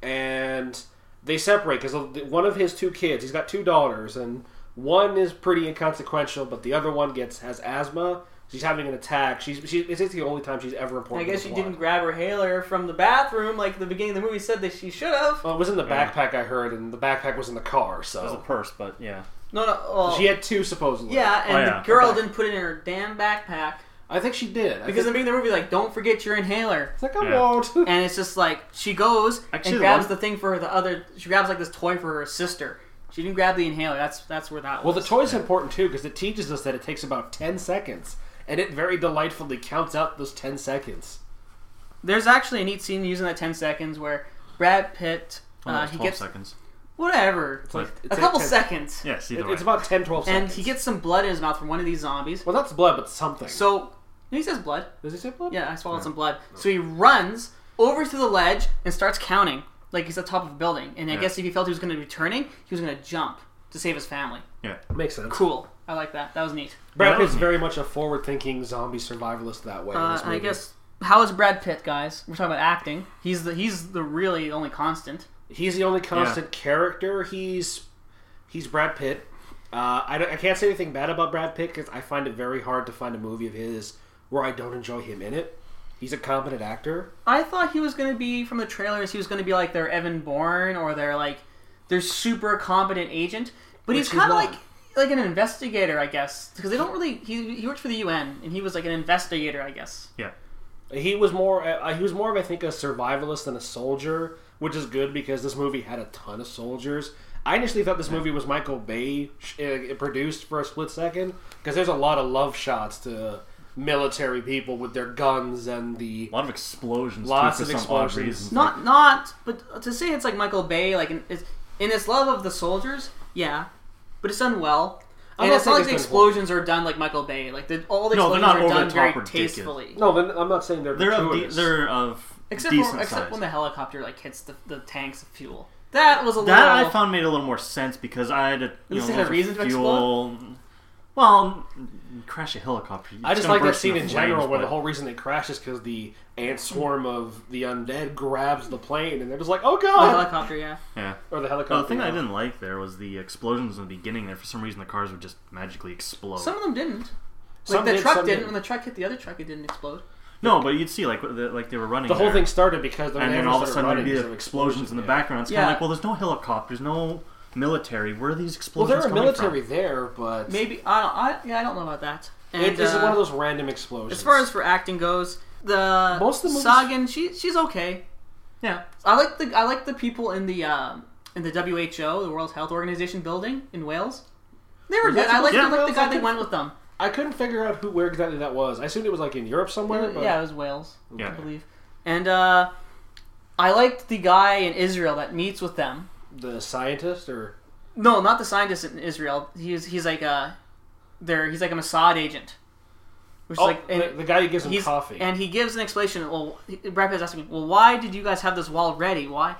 [SPEAKER 1] and they separate because one of his two kids, he's got two daughters, and one is pretty inconsequential, but the other one gets has asthma. She's having an attack. She's she, it's the only time she's ever
[SPEAKER 3] I
[SPEAKER 1] important. to
[SPEAKER 3] guess
[SPEAKER 1] the
[SPEAKER 3] she
[SPEAKER 1] plot.
[SPEAKER 3] didn't grab her hailer from the bathroom like the beginning of the movie said that she should have.
[SPEAKER 1] Well, it was in the backpack I heard, and the backpack was in the car,
[SPEAKER 2] It was a
[SPEAKER 1] so
[SPEAKER 2] purse, but yeah.
[SPEAKER 3] No, no. Well,
[SPEAKER 1] she had two supposedly.
[SPEAKER 3] yeah, and
[SPEAKER 2] Oh, yeah.
[SPEAKER 3] the girl didn't put it in her damn backpack
[SPEAKER 1] I think she did. I
[SPEAKER 3] because in
[SPEAKER 1] think,
[SPEAKER 3] the beginning of the movie, like, don't forget your inhaler.
[SPEAKER 1] it's like I
[SPEAKER 2] Yeah.
[SPEAKER 1] won't.
[SPEAKER 3] and it's just like she goes
[SPEAKER 2] Actually, the
[SPEAKER 3] and grabs
[SPEAKER 2] one-
[SPEAKER 3] the thing for the other. She grabs like this toy for her sister. She didn't grab the inhaler. That's that's where that
[SPEAKER 1] well, the
[SPEAKER 3] was.
[SPEAKER 1] toy's important too because it teaches us that it takes about ten seconds, and it very delightfully counts out those ten seconds.
[SPEAKER 3] There's actually a neat scene using that ten seconds where Brad Pitt
[SPEAKER 1] Oh,
[SPEAKER 2] Well,
[SPEAKER 3] uh,
[SPEAKER 2] that was
[SPEAKER 3] he
[SPEAKER 2] 12
[SPEAKER 3] gets
[SPEAKER 2] seconds.
[SPEAKER 3] whatever
[SPEAKER 1] It's like,
[SPEAKER 3] a
[SPEAKER 1] it's
[SPEAKER 3] couple
[SPEAKER 1] 10
[SPEAKER 3] seconds,
[SPEAKER 2] Yes, either
[SPEAKER 1] it-
[SPEAKER 2] way.
[SPEAKER 1] It's about 10, 12
[SPEAKER 3] and
[SPEAKER 1] seconds.
[SPEAKER 3] he gets some blood in his mouth from one of these zombies.
[SPEAKER 1] well, that's blood, but something.
[SPEAKER 3] So he says blood.
[SPEAKER 1] does he say blood?
[SPEAKER 3] Yeah, I swallowed some blood. So he runs over to the ledge and starts counting like he's at the top of a building. And I
[SPEAKER 2] Yeah.
[SPEAKER 3] guess if he felt he was going to be turning, he was going to jump to save his family.
[SPEAKER 2] yeah.
[SPEAKER 1] makes sense.
[SPEAKER 3] Cool. I like that. That was neat.
[SPEAKER 1] Brad
[SPEAKER 2] That was
[SPEAKER 1] Pitt's
[SPEAKER 2] neat.
[SPEAKER 1] very much a forward-thinking zombie survivalist that way. in
[SPEAKER 3] Uh,
[SPEAKER 1] this
[SPEAKER 3] and I
[SPEAKER 1] movie.
[SPEAKER 3] guess how is Brad Pitt, guys? We're talking about acting. He's the he's the really only constant.
[SPEAKER 1] he's the only constant character. He's he's Brad Pitt. Uh, I, don't- I can't say anything bad about Brad Pitt because I find it very hard to find a movie of his where I don't enjoy him in it. He's a competent actor.
[SPEAKER 3] I thought he was gonna be from the trailers. He was gonna be like their Evan Bourne or their like their super competent agent, but he's
[SPEAKER 1] Which he's
[SPEAKER 3] kind of
[SPEAKER 1] not.
[SPEAKER 3] like like an investigator, I guess, because they don't really. He he worked for the UN and he was like an investigator, I guess.
[SPEAKER 2] Yeah.
[SPEAKER 1] He was more uh, he was more of I think a survivalist than a soldier, which is good because this movie had a ton of soldiers. I initially thought this movie was Michael Bay sh- uh, produced for a split second because there's a lot of love shots to military people with their guns and the
[SPEAKER 2] A lot of explosions.
[SPEAKER 1] Lots
[SPEAKER 2] too, for
[SPEAKER 1] of
[SPEAKER 2] some odd
[SPEAKER 1] explosions.
[SPEAKER 2] reason.
[SPEAKER 3] Not not, but to say it's like Michael Bay, like in, it's, in his love of the soldiers, yeah, but it's done well.
[SPEAKER 1] I'm
[SPEAKER 3] And
[SPEAKER 1] not
[SPEAKER 3] it's not
[SPEAKER 1] saying
[SPEAKER 3] like
[SPEAKER 1] it's
[SPEAKER 3] the
[SPEAKER 1] done
[SPEAKER 3] explosions are done like Michael Bay. Like the, all the
[SPEAKER 2] No, they're
[SPEAKER 3] explosions
[SPEAKER 2] not
[SPEAKER 3] are done
[SPEAKER 2] over-the-top
[SPEAKER 3] very
[SPEAKER 2] ridiculous.
[SPEAKER 3] tastefully.
[SPEAKER 1] no, then I'm not saying they're
[SPEAKER 2] They're of, de-
[SPEAKER 1] gratuitous.
[SPEAKER 2] they're of
[SPEAKER 3] Except
[SPEAKER 2] decent
[SPEAKER 3] for,
[SPEAKER 2] size.
[SPEAKER 3] except when the helicopter like hits the, the tanks of fuel. That was a
[SPEAKER 2] That I
[SPEAKER 3] little.
[SPEAKER 2] found made a little more sense because I had a, you
[SPEAKER 3] least
[SPEAKER 2] know,
[SPEAKER 3] it had a
[SPEAKER 2] lots of
[SPEAKER 3] reason to
[SPEAKER 2] fuel. Well, n- crash a helicopter.
[SPEAKER 1] I
[SPEAKER 2] It's
[SPEAKER 1] just
[SPEAKER 2] gonna
[SPEAKER 1] like that
[SPEAKER 2] burst
[SPEAKER 1] scene
[SPEAKER 2] into
[SPEAKER 1] in
[SPEAKER 2] flames,
[SPEAKER 1] general where
[SPEAKER 2] but-
[SPEAKER 1] the whole reason they crash is because the ant swarm of the undead grabs the plane and they're just like, oh
[SPEAKER 3] the
[SPEAKER 1] god!
[SPEAKER 3] helicopter, yeah.
[SPEAKER 2] Yeah.
[SPEAKER 1] Or the helicopter.
[SPEAKER 2] Well, the thing I
[SPEAKER 1] yeah.
[SPEAKER 2] didn't like there was the explosions in the beginning. There, for some reason, the cars would just magically explode.
[SPEAKER 3] Some of them didn't. Like
[SPEAKER 1] Some
[SPEAKER 3] the
[SPEAKER 1] did,
[SPEAKER 3] truck
[SPEAKER 1] some
[SPEAKER 3] didn't.
[SPEAKER 1] didn't.
[SPEAKER 3] When the truck hit the other truck, it didn't explode.
[SPEAKER 2] No, but you'd see like the, like they were running.
[SPEAKER 1] The whole
[SPEAKER 2] there,
[SPEAKER 1] thing started because the
[SPEAKER 2] and
[SPEAKER 1] man
[SPEAKER 2] then all of a
[SPEAKER 1] started
[SPEAKER 2] sudden
[SPEAKER 1] running
[SPEAKER 2] there'd be
[SPEAKER 1] because of
[SPEAKER 2] explosions in the
[SPEAKER 1] yeah.
[SPEAKER 2] background. It's kind of
[SPEAKER 3] Yeah.
[SPEAKER 2] like, well, there's no helicopters, no military. Where are these
[SPEAKER 1] Well,
[SPEAKER 2] explosions
[SPEAKER 1] there are
[SPEAKER 2] coming
[SPEAKER 1] military
[SPEAKER 2] from?
[SPEAKER 1] there, but
[SPEAKER 3] Maybe I don't. I yeah, I don't know about that. And
[SPEAKER 1] it is
[SPEAKER 3] uh,
[SPEAKER 1] one of those random explosions.
[SPEAKER 3] as far as for acting goes, The
[SPEAKER 1] Most of the movies-
[SPEAKER 3] Sagan, she she's okay. Yeah, I like the I like the people in the um, in the WHO, the World Health Organization building in Wales. They were
[SPEAKER 1] Was
[SPEAKER 3] good.
[SPEAKER 1] that
[SPEAKER 3] I like
[SPEAKER 2] supposed to be
[SPEAKER 3] I like the
[SPEAKER 1] Wales? I
[SPEAKER 3] guy that
[SPEAKER 1] couldn't-
[SPEAKER 3] went with them.
[SPEAKER 1] I couldn't figure out who where exactly that was. I assumed it was like in Europe somewhere. But
[SPEAKER 3] Yeah, it was Wales, I
[SPEAKER 2] Mm, Yeah.
[SPEAKER 3] believe. And uh, I liked the guy in Israel that meets with them.
[SPEAKER 1] the scientist or
[SPEAKER 3] No, not the scientist in Israel. He's he's like a, there he's like a Mossad agent, which
[SPEAKER 1] oh,
[SPEAKER 3] is like and
[SPEAKER 1] the, the guy who gives him
[SPEAKER 3] he's
[SPEAKER 1] coffee.
[SPEAKER 3] and he gives an explanation. Well, Brad Pitt's asking, me, well, why did you guys have this wall ready? Why?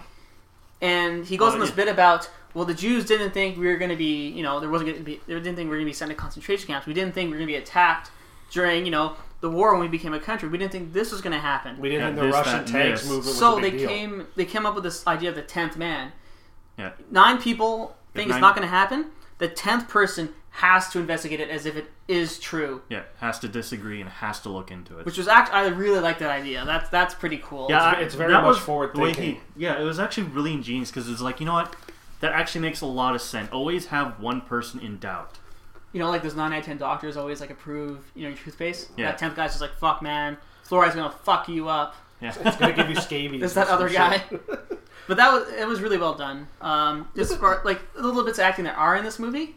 [SPEAKER 3] And he goes
[SPEAKER 2] Oh,
[SPEAKER 3] on this
[SPEAKER 2] yeah.
[SPEAKER 3] bit about well, the Jews didn't think we were going to be you know there wasn't going to be they didn't think we were going to be sent to concentration camps. We didn't think we were going to be attacked during you know the war when we became a country. We didn't think this was going to happen.
[SPEAKER 1] we didn't
[SPEAKER 2] Yeah,
[SPEAKER 1] think the
[SPEAKER 2] this,
[SPEAKER 1] Russian
[SPEAKER 2] that,
[SPEAKER 1] tanks
[SPEAKER 2] this.
[SPEAKER 1] movement was
[SPEAKER 3] so
[SPEAKER 1] a
[SPEAKER 3] they
[SPEAKER 1] big deal.
[SPEAKER 3] came they came up with this idea of the tenth man
[SPEAKER 2] Yeah.
[SPEAKER 3] nine people think it's
[SPEAKER 2] nine-
[SPEAKER 3] not going to happen, the tenth person has to investigate it as if it is true.
[SPEAKER 2] Yeah, has to disagree and has to look into it.
[SPEAKER 3] Which was act. I really like that idea. That's that's pretty cool.
[SPEAKER 2] yeah,
[SPEAKER 1] it's- it's very
[SPEAKER 2] that
[SPEAKER 1] much
[SPEAKER 2] was
[SPEAKER 1] forward
[SPEAKER 2] the way
[SPEAKER 1] thinking.
[SPEAKER 2] he- yeah, it was actually really ingenious because it's like you know what, that actually makes a lot of sense. Always have one person in doubt.
[SPEAKER 3] you know, like those nine out of ten doctors always like approve you know your toothpaste.
[SPEAKER 2] Yeah.
[SPEAKER 3] That tenth guy's just like, fuck, man, fluoride's gonna fuck you up.
[SPEAKER 1] It's
[SPEAKER 2] Yeah,
[SPEAKER 1] gonna give you scabies.
[SPEAKER 3] There's that
[SPEAKER 1] and
[SPEAKER 3] other
[SPEAKER 1] some
[SPEAKER 3] guy.
[SPEAKER 1] shit.
[SPEAKER 3] but that was it was really well done. Um, just as far like the little bits of acting there are in this movie.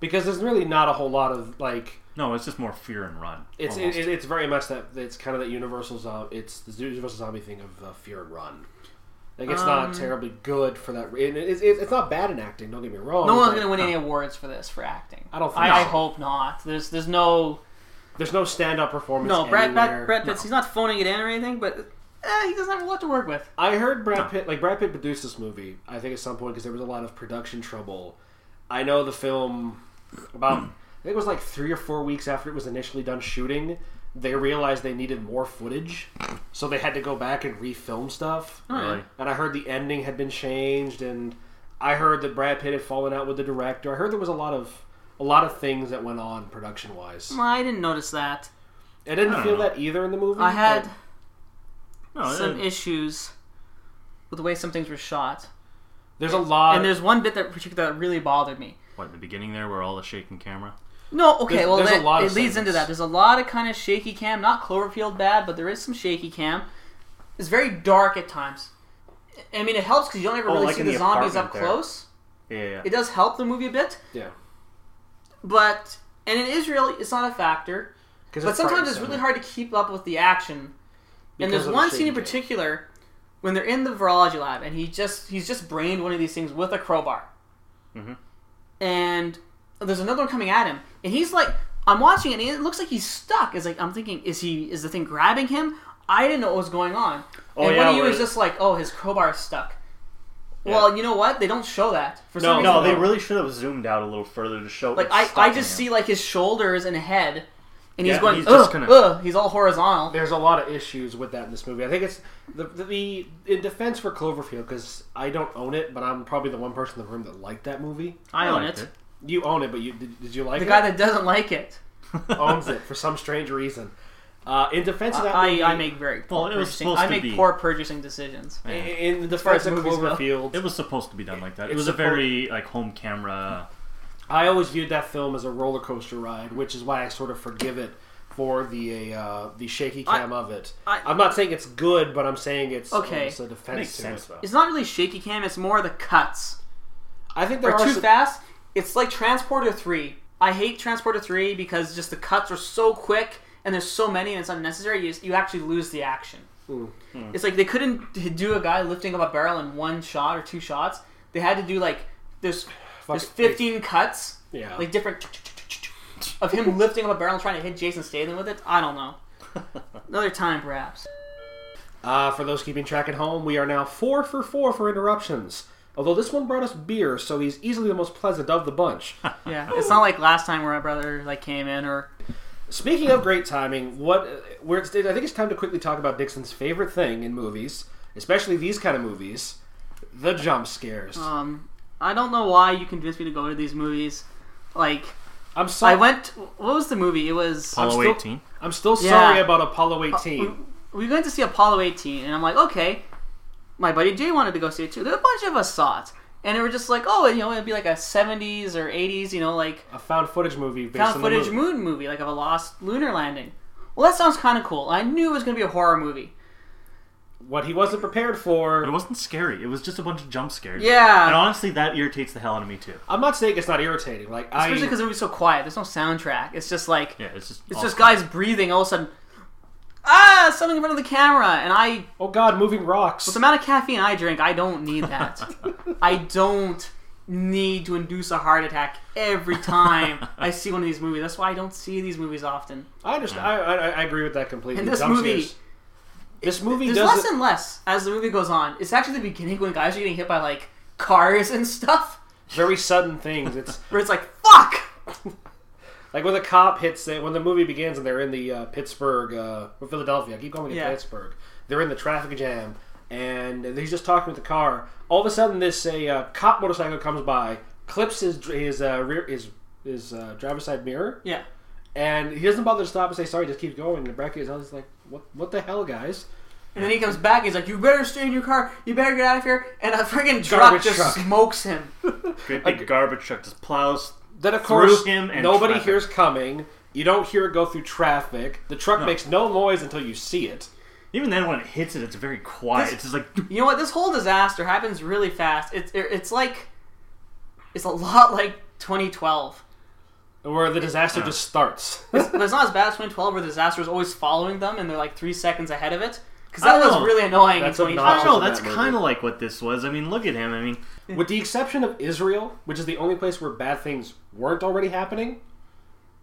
[SPEAKER 1] because there's really not a whole lot of like
[SPEAKER 2] no, it's just more fear and run.
[SPEAKER 1] it's it,
[SPEAKER 2] almost.
[SPEAKER 1] it- it's very much that it's kind of that universal zombie. It's the universal zombie thing of uh, fear and run. Like it's
[SPEAKER 3] Um,
[SPEAKER 1] not terribly good for that. It, it, it, it's not bad in acting. Don't get me wrong.
[SPEAKER 3] No one's
[SPEAKER 1] Oh, but
[SPEAKER 3] gonna win any awards for this for acting.
[SPEAKER 1] I don't think
[SPEAKER 3] I, I
[SPEAKER 1] so.
[SPEAKER 3] hope not. There's there's no
[SPEAKER 1] There's no stand-up performance.
[SPEAKER 3] no Brad Brad,
[SPEAKER 1] anywhere.
[SPEAKER 3] Brad Pitts. He's not phoning it in or anything, but eh, he doesn't have a lot to work with.
[SPEAKER 1] I heard Brad Pitt, like Brad Pitt produced this movie, I think at some point because there was a lot of production trouble. I know the film about, I think it was like three or four weeks after it was initially done shooting, they realized they needed more footage, so they had to go back and refilm stuff.
[SPEAKER 2] Really?
[SPEAKER 1] And I heard the ending had been changed, and I heard that Brad Pitt had fallen out with the director. I heard there was a lot of a lot of things that went on production wise.
[SPEAKER 3] Well, I didn't notice that.
[SPEAKER 1] I
[SPEAKER 2] I
[SPEAKER 1] didn't
[SPEAKER 2] don't
[SPEAKER 1] feel
[SPEAKER 2] know.
[SPEAKER 1] that either in the movie.
[SPEAKER 3] I had
[SPEAKER 1] but
[SPEAKER 2] no,
[SPEAKER 1] Oh,
[SPEAKER 2] it-
[SPEAKER 3] some issues with the way some things were shot,
[SPEAKER 1] there's a lot.
[SPEAKER 3] and there's one bit that particular that really bothered me.
[SPEAKER 2] what in the beginning there, where all the shaking camera.
[SPEAKER 3] No, okay,
[SPEAKER 1] There's-
[SPEAKER 3] well,
[SPEAKER 1] there's a
[SPEAKER 3] that,
[SPEAKER 1] lot
[SPEAKER 3] it
[SPEAKER 1] of
[SPEAKER 3] leads into
[SPEAKER 1] segments.
[SPEAKER 3] that. There's a lot of kind of shaky cam, not Cloverfield bad, but there is some shaky cam. It's very dark at times. I mean, it helps because you don't ever
[SPEAKER 2] Oh,
[SPEAKER 3] really
[SPEAKER 2] like
[SPEAKER 3] see
[SPEAKER 2] in
[SPEAKER 3] the,
[SPEAKER 2] the
[SPEAKER 3] zombies up
[SPEAKER 2] apartment there.
[SPEAKER 3] close.
[SPEAKER 2] Yeah, yeah,
[SPEAKER 3] It does help the movie a bit,
[SPEAKER 1] yeah,
[SPEAKER 3] but and in Israel, it's not a factor.
[SPEAKER 1] because
[SPEAKER 3] But sometimes it's really hard to keep up with the action. And
[SPEAKER 1] Because
[SPEAKER 3] there's
[SPEAKER 1] of the
[SPEAKER 3] one scene
[SPEAKER 1] shooting
[SPEAKER 3] in
[SPEAKER 1] game.
[SPEAKER 3] particular when they're in the virology lab and he just he's just brained one of these things with a crowbar.
[SPEAKER 2] Mhm.
[SPEAKER 3] And there's another one coming at him, and he's like, I'm watching it, and it looks like he's stuck. It's like I'm thinking, is he is the thing grabbing him? I didn't know what was going on.
[SPEAKER 2] Oh,
[SPEAKER 3] and
[SPEAKER 2] yeah,
[SPEAKER 3] one of you
[SPEAKER 2] where-
[SPEAKER 3] is just like, oh, his crowbar is stuck. Well, you know what? They don't show that for some
[SPEAKER 2] No, no,
[SPEAKER 3] reason.
[SPEAKER 2] they really should have zoomed out a little further to show.
[SPEAKER 3] like
[SPEAKER 2] it
[SPEAKER 3] I, I
[SPEAKER 2] stopping
[SPEAKER 3] just
[SPEAKER 2] him.
[SPEAKER 3] see like his shoulders and head, and he's
[SPEAKER 2] Yeah,
[SPEAKER 3] going,
[SPEAKER 2] he's
[SPEAKER 3] ugh,
[SPEAKER 2] just kinda-
[SPEAKER 3] ugh, he's all horizontal.
[SPEAKER 1] there's a lot of issues with that in this movie. I think it's the the, the in defense for Cloverfield because I don't own it, but I'm probably the one person in the room that liked that movie.
[SPEAKER 3] I own
[SPEAKER 2] liked
[SPEAKER 3] it.
[SPEAKER 1] You own it, but you did, did you like
[SPEAKER 3] The
[SPEAKER 1] it?
[SPEAKER 3] guy that doesn't like it,
[SPEAKER 1] owns it for some strange reason. Uh, in defense of that,
[SPEAKER 3] I,
[SPEAKER 1] movie,
[SPEAKER 3] I make very poor
[SPEAKER 2] Well, it was
[SPEAKER 3] purchasing.
[SPEAKER 2] supposed
[SPEAKER 3] I
[SPEAKER 2] to
[SPEAKER 3] make
[SPEAKER 2] be.
[SPEAKER 3] poor purchasing decisions.
[SPEAKER 1] in- in the
[SPEAKER 3] far as
[SPEAKER 1] defense of
[SPEAKER 3] movies go.
[SPEAKER 1] Cloverfield,
[SPEAKER 2] It was supposed to be done like that. It
[SPEAKER 1] It's
[SPEAKER 2] was a
[SPEAKER 1] suppo-
[SPEAKER 2] very like home camera.
[SPEAKER 1] I always viewed that film as a roller coaster ride, which is why I sort of forgive it for the uh, the shaky cam of it.
[SPEAKER 3] I-
[SPEAKER 1] am not saying it's good, but I'm saying it's
[SPEAKER 3] Okay.
[SPEAKER 1] It's a defense
[SPEAKER 2] Makes
[SPEAKER 1] to
[SPEAKER 2] sense
[SPEAKER 1] it.
[SPEAKER 2] though.
[SPEAKER 3] It's not really shaky cam. It's more the cuts.
[SPEAKER 1] I think there
[SPEAKER 3] They're
[SPEAKER 1] are
[SPEAKER 3] too
[SPEAKER 1] some-
[SPEAKER 3] fast. It's like Transporter Three. I hate Transporter Three because just the cuts are so quick and there's so many and it's unnecessary. You, you actually lose the action.
[SPEAKER 2] Hmm.
[SPEAKER 3] It's like they couldn't do a guy lifting up a barrel in one shot or two shots. They had to do like there's there's
[SPEAKER 1] it.
[SPEAKER 3] 15 cuts.
[SPEAKER 1] Yeah.
[SPEAKER 3] Like different of him lifting up a barrel and trying to hit Jason Statham with it. I don't know. Another time, perhaps.
[SPEAKER 1] Uh, for those keeping track at home, we are now four for four for interruptions. Although this one brought us beer, so he's easily the most pleasant of the bunch.
[SPEAKER 3] Yeah, it's not like last time where my brother like came in or
[SPEAKER 1] Speaking of great timing, what we're, I think it's time to quickly talk about Dixon's favorite thing in movies, especially these kind of movies, the jump scares.
[SPEAKER 3] um. I don't know why you convinced me to go to these movies. Like
[SPEAKER 1] I'm so
[SPEAKER 3] I went. What was the movie? It was.
[SPEAKER 2] Apollo
[SPEAKER 1] still-
[SPEAKER 2] 18.
[SPEAKER 1] I'm still
[SPEAKER 3] Yeah. Uh,
[SPEAKER 1] sorry about Apollo 18.
[SPEAKER 3] We went to see Apollo 18, and I'm like, okay. My buddy Jay wanted to go see it too. There- A bunch of us saw it, and we were just like, oh, you know, it'd be like a 70s or 80s, you know, like
[SPEAKER 1] a found footage movie based
[SPEAKER 3] found
[SPEAKER 1] on
[SPEAKER 3] footage
[SPEAKER 1] the moon.
[SPEAKER 3] moon movie, like of a lost lunar landing. well, that sounds kind of cool. I knew it was going to be a horror movie.
[SPEAKER 1] What he wasn't prepared
[SPEAKER 2] But it
[SPEAKER 1] for.
[SPEAKER 2] wasn't scary. It was just a bunch of jump scares.
[SPEAKER 3] Yeah.
[SPEAKER 2] And honestly, that irritates the hell out of me too.
[SPEAKER 1] I'm not saying it's not irritating. Like
[SPEAKER 3] Especially
[SPEAKER 1] I,
[SPEAKER 3] because it was so quiet. There's no soundtrack. It's just like
[SPEAKER 2] Yeah, it's just.
[SPEAKER 3] it's
[SPEAKER 2] awful.
[SPEAKER 3] just guys breathing. All of a sudden, ah, something in front of the camera. And I,
[SPEAKER 1] oh god, moving rocks.
[SPEAKER 3] the amount of caffeine I drink, I don't need that. I don't need to induce a heart attack every time I see one of these movies. That's why I don't see these movies often.
[SPEAKER 1] I understand. I, I, I agree with that completely.
[SPEAKER 3] And this
[SPEAKER 1] Jump
[SPEAKER 3] movie-
[SPEAKER 1] scares. this movie
[SPEAKER 3] There's
[SPEAKER 1] does
[SPEAKER 3] less and less as the movie goes on. It's actually the beginning when guys are getting hit by like cars and stuff,
[SPEAKER 1] very sudden things. It's
[SPEAKER 3] where it's like fuck.
[SPEAKER 1] like when the cop hits it, when the movie begins and they're in the uh, Pittsburgh, uh, or Philadelphia. I keep going to
[SPEAKER 3] Yeah.
[SPEAKER 1] Pittsburgh. They're in the traffic jam, and he's just talking with the car. All of a sudden, this a uh, cop motorcycle comes by, clips his his uh, rear his his uh, driver's side mirror,
[SPEAKER 3] Yeah.
[SPEAKER 1] and he doesn't bother to stop and say sorry. Just keeps going. And the bracket is always like, "What? What the hell, guys?"
[SPEAKER 3] And then he comes back. and He's like, "You better stay in your car. You better get out of here." And a freaking truck
[SPEAKER 1] Garbage
[SPEAKER 3] just
[SPEAKER 1] truck.
[SPEAKER 3] smokes him.
[SPEAKER 2] Great big garbage truck just plows.
[SPEAKER 1] Then of course,
[SPEAKER 2] him and
[SPEAKER 1] nobody
[SPEAKER 2] traffic.
[SPEAKER 1] hears coming. You don't hear it go through traffic. The truck
[SPEAKER 2] No.
[SPEAKER 1] makes no noise until you see it.
[SPEAKER 2] Even then, when it hits it, it's very quiet.
[SPEAKER 3] This-
[SPEAKER 2] it's just like.
[SPEAKER 3] You know what? This whole disaster happens really fast. It's it's like it's a lot like 2012.
[SPEAKER 1] Where the disaster
[SPEAKER 2] Uh-huh.
[SPEAKER 1] just starts.
[SPEAKER 3] It's, but it's not as bad as 2012, where the disaster is always following them, and they're like three seconds ahead of it. Because
[SPEAKER 2] I
[SPEAKER 3] that
[SPEAKER 2] don't
[SPEAKER 3] was
[SPEAKER 2] know.
[SPEAKER 3] really annoying.
[SPEAKER 1] That's
[SPEAKER 3] in 2012.
[SPEAKER 2] I don't know.
[SPEAKER 1] in that
[SPEAKER 2] That's
[SPEAKER 1] movie.
[SPEAKER 2] kind of like what this was. I mean, look at him. I mean,
[SPEAKER 1] With the exception of Israel, which is the only place where bad things weren't already happening,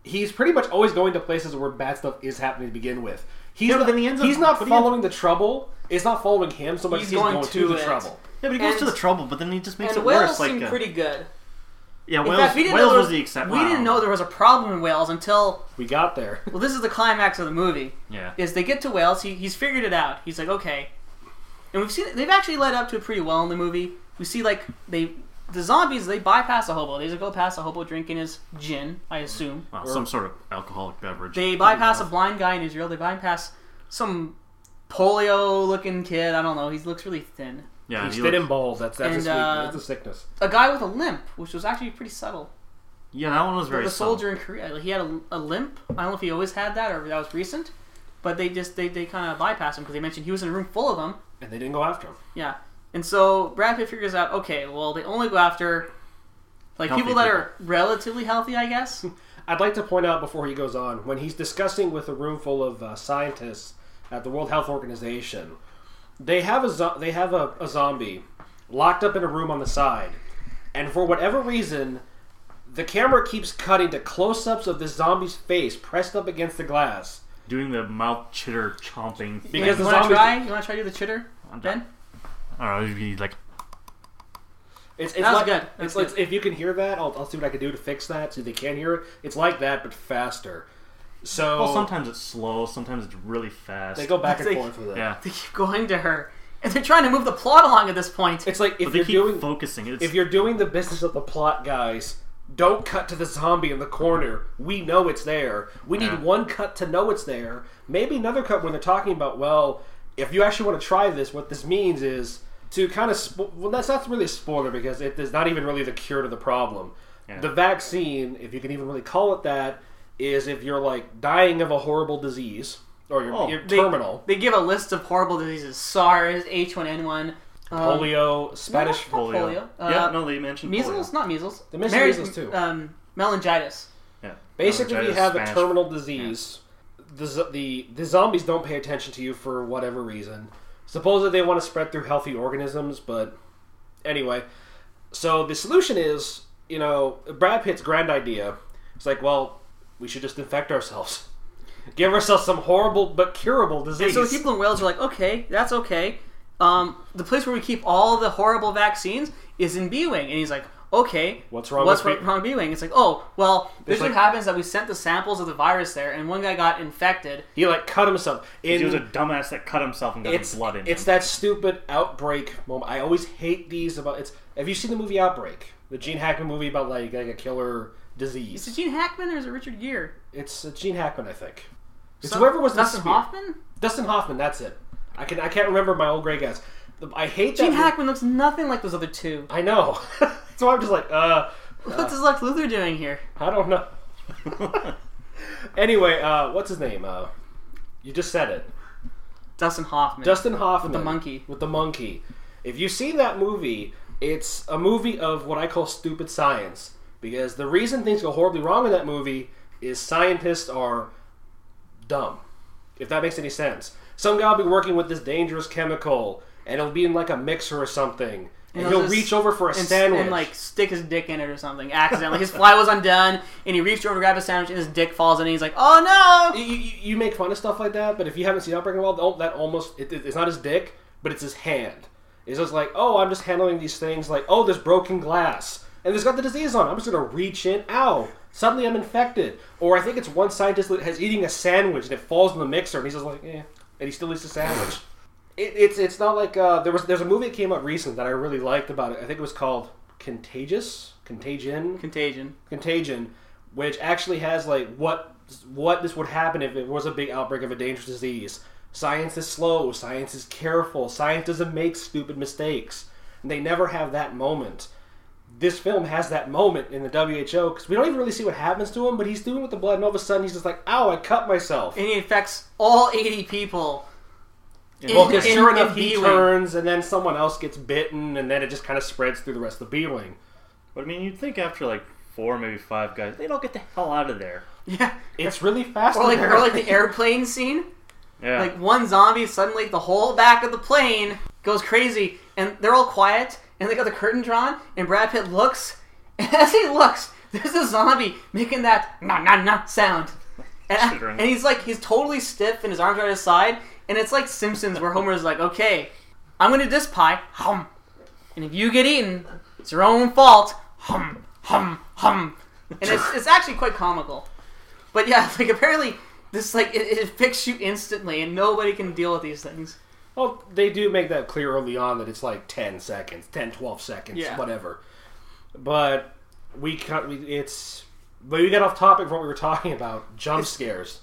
[SPEAKER 1] he's pretty much always going to places where bad stuff is happening to begin with. He's
[SPEAKER 2] Yeah, but
[SPEAKER 1] not,
[SPEAKER 2] then he ends up-
[SPEAKER 1] he's not
[SPEAKER 2] but he ends-
[SPEAKER 1] following the trouble. It's not following him so much
[SPEAKER 3] He's
[SPEAKER 1] as he's going,
[SPEAKER 3] going
[SPEAKER 1] to,
[SPEAKER 3] to
[SPEAKER 1] the
[SPEAKER 3] it.
[SPEAKER 1] trouble.
[SPEAKER 2] yeah, but he goes
[SPEAKER 3] And-
[SPEAKER 2] to the trouble, but then he just makes
[SPEAKER 3] And
[SPEAKER 2] it
[SPEAKER 3] Wales
[SPEAKER 2] worse. Like,
[SPEAKER 3] seemed
[SPEAKER 2] uh,
[SPEAKER 3] pretty good.
[SPEAKER 2] yeah,
[SPEAKER 3] In
[SPEAKER 2] Wales,
[SPEAKER 3] fact, we didn't know
[SPEAKER 2] Wales
[SPEAKER 3] there
[SPEAKER 2] was the exception.
[SPEAKER 3] We didn't know there was a problem in Wales until
[SPEAKER 1] We got there.
[SPEAKER 3] well, this is the climax of the movie.
[SPEAKER 2] Yeah.
[SPEAKER 3] Is they get to Wales, he, he's figured it out. He's like, okay, and we've seen it, they've actually led up to it pretty well in the movie. We see like they the zombies they bypass a hobo. They just go past a hobo drinking his gin, I assume.
[SPEAKER 2] Well, some sort of alcoholic beverage.
[SPEAKER 3] They bypass a blind guy in Israel. They bypass some polio looking kid. I don't know. He looks really thin.
[SPEAKER 2] yeah,
[SPEAKER 1] he's
[SPEAKER 2] he
[SPEAKER 1] thin
[SPEAKER 2] looks-
[SPEAKER 1] and bald. That's that's, his
[SPEAKER 3] And, uh,
[SPEAKER 1] weakness. that's a sickness.
[SPEAKER 3] A guy with a limp, which was actually pretty subtle.
[SPEAKER 2] yeah, that one was very.
[SPEAKER 3] the
[SPEAKER 2] subtle.
[SPEAKER 3] soldier in Korea, he had a, a limp. I don't know if he always had that or if that was recent, but they just they, they kind of bypassed him because they mentioned he was in a room full of them.
[SPEAKER 1] And they didn't go after him.
[SPEAKER 3] Yeah, and so Brad Pitt figures out okay, well they only go after like
[SPEAKER 2] Healthy
[SPEAKER 3] people that are relatively healthy, I guess.
[SPEAKER 1] I'd like to point out before he goes on, when he's discussing with a room full of uh, scientists at the World Health Organization, they have a zo- they have a, a zombie locked up in a room on the side, and for whatever reason, the camera keeps cutting to close-ups of this zombie's face pressed up against the glass.
[SPEAKER 2] doing the mouth chitter chomping. thing.
[SPEAKER 1] Because
[SPEAKER 3] you
[SPEAKER 1] the
[SPEAKER 3] want to
[SPEAKER 1] zombies-
[SPEAKER 3] try? You want to try to do the chitter, Ben?
[SPEAKER 2] I don't know, he'd be like,
[SPEAKER 1] It's, it's
[SPEAKER 3] That was
[SPEAKER 1] like,
[SPEAKER 3] good. That
[SPEAKER 1] It's,
[SPEAKER 3] was
[SPEAKER 1] like if you can hear that, I'll, I'll see what I can do to fix that so they can hear it. It's like that, but faster. So
[SPEAKER 2] well, sometimes it's slow, sometimes it's really fast.
[SPEAKER 1] they go back and
[SPEAKER 3] Oh. They-
[SPEAKER 1] forth with it.
[SPEAKER 2] yeah,
[SPEAKER 3] They keep going to her, and they're trying to move the plot along at this point.
[SPEAKER 1] It's like if
[SPEAKER 2] but they
[SPEAKER 1] you're
[SPEAKER 2] keep
[SPEAKER 1] doing
[SPEAKER 2] focusing. It's,
[SPEAKER 1] If you're doing the business of the plot, guys, don't cut to the zombie in the corner. We know it's there. We need
[SPEAKER 2] Yeah.
[SPEAKER 1] one cut to know it's there. Maybe another cut when they're talking about, well, if you actually want to try this, what this means is to kind of. Spo- well, that's not really a spoiler because it is not even really the cure to the problem. The vaccine, if you can even really call it that, is if you're like dying of a horrible disease or you're,
[SPEAKER 2] Oh,
[SPEAKER 1] you're
[SPEAKER 3] They-
[SPEAKER 1] terminal.
[SPEAKER 3] They, give a list of horrible diseases: SARS, H1N1, um,
[SPEAKER 1] polio, Spanish.
[SPEAKER 3] no, no.
[SPEAKER 2] polio.
[SPEAKER 3] polio, uh,
[SPEAKER 2] yeah, no, they mentioned
[SPEAKER 3] Measles?
[SPEAKER 2] polio.
[SPEAKER 3] Not measles.
[SPEAKER 1] They mentioned
[SPEAKER 3] Meri-
[SPEAKER 1] measles, too.
[SPEAKER 3] Um, meningitis.
[SPEAKER 2] Yeah.
[SPEAKER 1] Basically, if you
[SPEAKER 2] Meningitis,
[SPEAKER 1] have a
[SPEAKER 2] Spanish-
[SPEAKER 1] terminal disease. The, zo- the the zombies don't pay attention to you for whatever reason. Supposedly, they want to spread through healthy organisms, but anyway. So the solution is, you know, Brad Pitt's grand idea. It's like, well, we should just infect ourselves, give ourselves some horrible but curable disease.
[SPEAKER 3] So the people in Wales are like, okay, that's okay. Um, the place where we keep all the horrible vaccines is in B Wing. And he's like, okay.
[SPEAKER 1] What's wrong
[SPEAKER 3] what's
[SPEAKER 1] with
[SPEAKER 3] wr-
[SPEAKER 1] B-
[SPEAKER 3] wrong B Wing? It's like, oh, well, this
[SPEAKER 1] It's
[SPEAKER 3] what
[SPEAKER 1] like-
[SPEAKER 3] happens that we sent the samples of the virus there, and one guy got infected.
[SPEAKER 1] he like cut himself.
[SPEAKER 2] He was a
[SPEAKER 1] In,
[SPEAKER 2] dumbass that cut himself and got
[SPEAKER 1] it's
[SPEAKER 2] the blood in
[SPEAKER 1] it's
[SPEAKER 2] him.
[SPEAKER 1] that stupid outbreak moment. I always hate these about. It's have you seen the movie Outbreak, the Gene Hackman movie about like like a killer disease?
[SPEAKER 3] Is it Gene Hackman or is it Richard Gere?
[SPEAKER 1] It's uh, Gene Hackman, I think. It's
[SPEAKER 3] Some-
[SPEAKER 1] whoever was the
[SPEAKER 3] Dustin
[SPEAKER 1] spear-
[SPEAKER 3] Hoffman?
[SPEAKER 1] Dustin Hoffman. That's it. I can I can't remember my old gray guys. The- I hate
[SPEAKER 3] Gene
[SPEAKER 1] that.
[SPEAKER 3] Hackman looks nothing like those other two.
[SPEAKER 1] I know. so I'm just like, uh,
[SPEAKER 3] What's Lex Luthor doing here?
[SPEAKER 1] I don't know. anyway, uh, what's his name? Uh, You just said it.
[SPEAKER 3] Dustin Hoffman.
[SPEAKER 1] Dustin Hoffman.
[SPEAKER 3] the monkey.
[SPEAKER 1] With the monkey. If you've seen that movie, it's a movie of what I call stupid science. Because the reason things go horribly wrong in that movie is scientists are dumb. If that makes any sense. Some guy will be working with this dangerous chemical, and it'll be in like a mixer or something. And,
[SPEAKER 3] he'll
[SPEAKER 1] he'll
[SPEAKER 3] just-
[SPEAKER 1] reach over for a
[SPEAKER 3] and,
[SPEAKER 1] sandwich.
[SPEAKER 3] and like stick his dick in it or something accidentally. his fly was undone, and he reached over to grab a sandwich, and his dick falls in, and he's like, "Oh no!"
[SPEAKER 1] you, you, you make fun of stuff like that, but if you haven't seen Outbreak in a while, tho- that almost it, it- it's not his dick, but it's his hand. It's just like, oh, I'm just handling these things. Like, oh, there's broken glass, and there's got the disease on. it. I'm just gonna reach in. Ow! Suddenly, I'm infected. Or I think it's one scientist that has eating a sandwich and it falls in the mixer, and he's just like, eh, and he still eats the sandwich. It, it's it's not like uh, there was there's a movie that came out recently that I really liked about it. I think it was called Contagious, Contagion.
[SPEAKER 3] Contagion.
[SPEAKER 1] Contagion, which actually has like what what this would happen if it was a big outbreak of a dangerous disease. Science is slow. Science is careful. Science doesn't make stupid mistakes. And they never have that moment. This film has that moment in the WHO because we don't even really see what happens to him, but he's doing with the blood, and all of a sudden he's just like, "Ow, I cut myself."
[SPEAKER 3] And he infects all 80 people.
[SPEAKER 2] Yeah.
[SPEAKER 1] Well, because
[SPEAKER 3] in-
[SPEAKER 1] sure
[SPEAKER 3] in
[SPEAKER 1] enough, he
[SPEAKER 3] B-Wing.
[SPEAKER 1] turns, and then someone else gets bitten, and then it just kind of spreads through the rest of the B wing.
[SPEAKER 2] But I mean, you'd think after like four, maybe five guys, they'd all get the hell out of there.
[SPEAKER 3] Yeah.
[SPEAKER 1] It's really fast.
[SPEAKER 3] Or like,
[SPEAKER 1] and
[SPEAKER 3] or like the airplane scene.
[SPEAKER 2] Yeah.
[SPEAKER 3] Like one zombie, suddenly the whole back of the plane goes crazy, and they're all quiet, and they got the curtain drawn, and Brad Pitt looks, and as he looks, there's a zombie making that na na na sound, and,
[SPEAKER 2] Shivering.
[SPEAKER 3] and he's like he's totally stiff, and his arms are at his side, and it's like Simpsons where Homer's like, okay, I'm gonna do this pie, hum, and if you get eaten, it's your own fault, hum hum hum, and it's it's actually quite comical. But yeah, like apparently this like it, it picks you instantly, and nobody can deal with these things.
[SPEAKER 1] Well, they do make that clear early on that it's like 10 seconds, 10, 12 seconds,
[SPEAKER 3] Yeah.
[SPEAKER 1] whatever. But we cut, we, it's, but we got off topic from what we were talking about jump scares.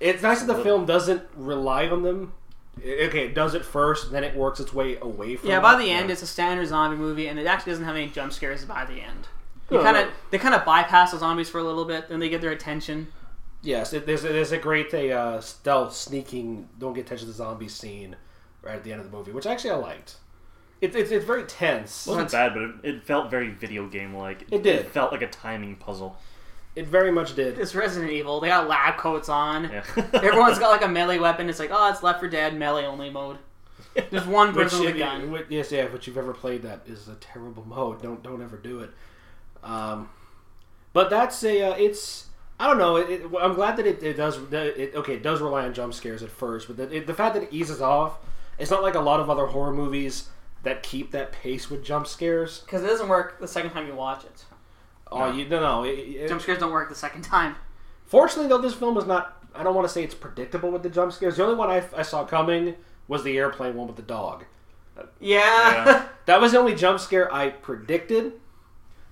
[SPEAKER 1] It's nice that the film doesn't rely on them. I- Okay, it does it first, then it works its way away from
[SPEAKER 3] Yeah, by
[SPEAKER 1] it.
[SPEAKER 3] the end, it's a standard zombie movie, and it actually doesn't have any jump scares by the end. You
[SPEAKER 1] No,
[SPEAKER 3] kind
[SPEAKER 1] no.
[SPEAKER 3] of they kind of bypass the zombies for a little bit, then they get their attention.
[SPEAKER 1] Yes, it, there's, a, there's a great they, uh, stealth, sneaking, don't get attention to the zombie scene right at the end of the movie, which actually I liked. It, it's it's very tense.
[SPEAKER 2] it wasn't bad, but it, it felt very video game like.
[SPEAKER 1] It did.
[SPEAKER 2] It felt like a timing puzzle.
[SPEAKER 1] It very much did.
[SPEAKER 3] It's Resident Evil. They got lab coats on.
[SPEAKER 2] Yeah.
[SPEAKER 3] Everyone's got like a melee weapon. It's like, oh, it's Left for Dead melee only mode. There's one
[SPEAKER 1] Which,
[SPEAKER 3] person with
[SPEAKER 1] if
[SPEAKER 3] a
[SPEAKER 1] you-
[SPEAKER 3] gun.
[SPEAKER 1] which- yes, yeah. If you've ever played that is a terrible mode. Don't don't ever do it. Um, but that's a uh, it's. I don't know. It, it, well, I'm glad that it, it does. that It, okay, it does rely on jump scares at first, but the, it, the fact that it eases off, it's not like a lot of other horror movies that keep that pace with jump scares.
[SPEAKER 3] Because it doesn't work the second time you watch it.
[SPEAKER 1] Oh, you no no. It, it-
[SPEAKER 3] Jump scares don't work the second time.
[SPEAKER 1] Fortunately, though, this film is not. I don't want to say it's predictable with the jump scares. The only one I, I saw coming was the airplane one with the dog.
[SPEAKER 3] Yeah.
[SPEAKER 2] Yeah.
[SPEAKER 1] That was the only jump scare I predicted.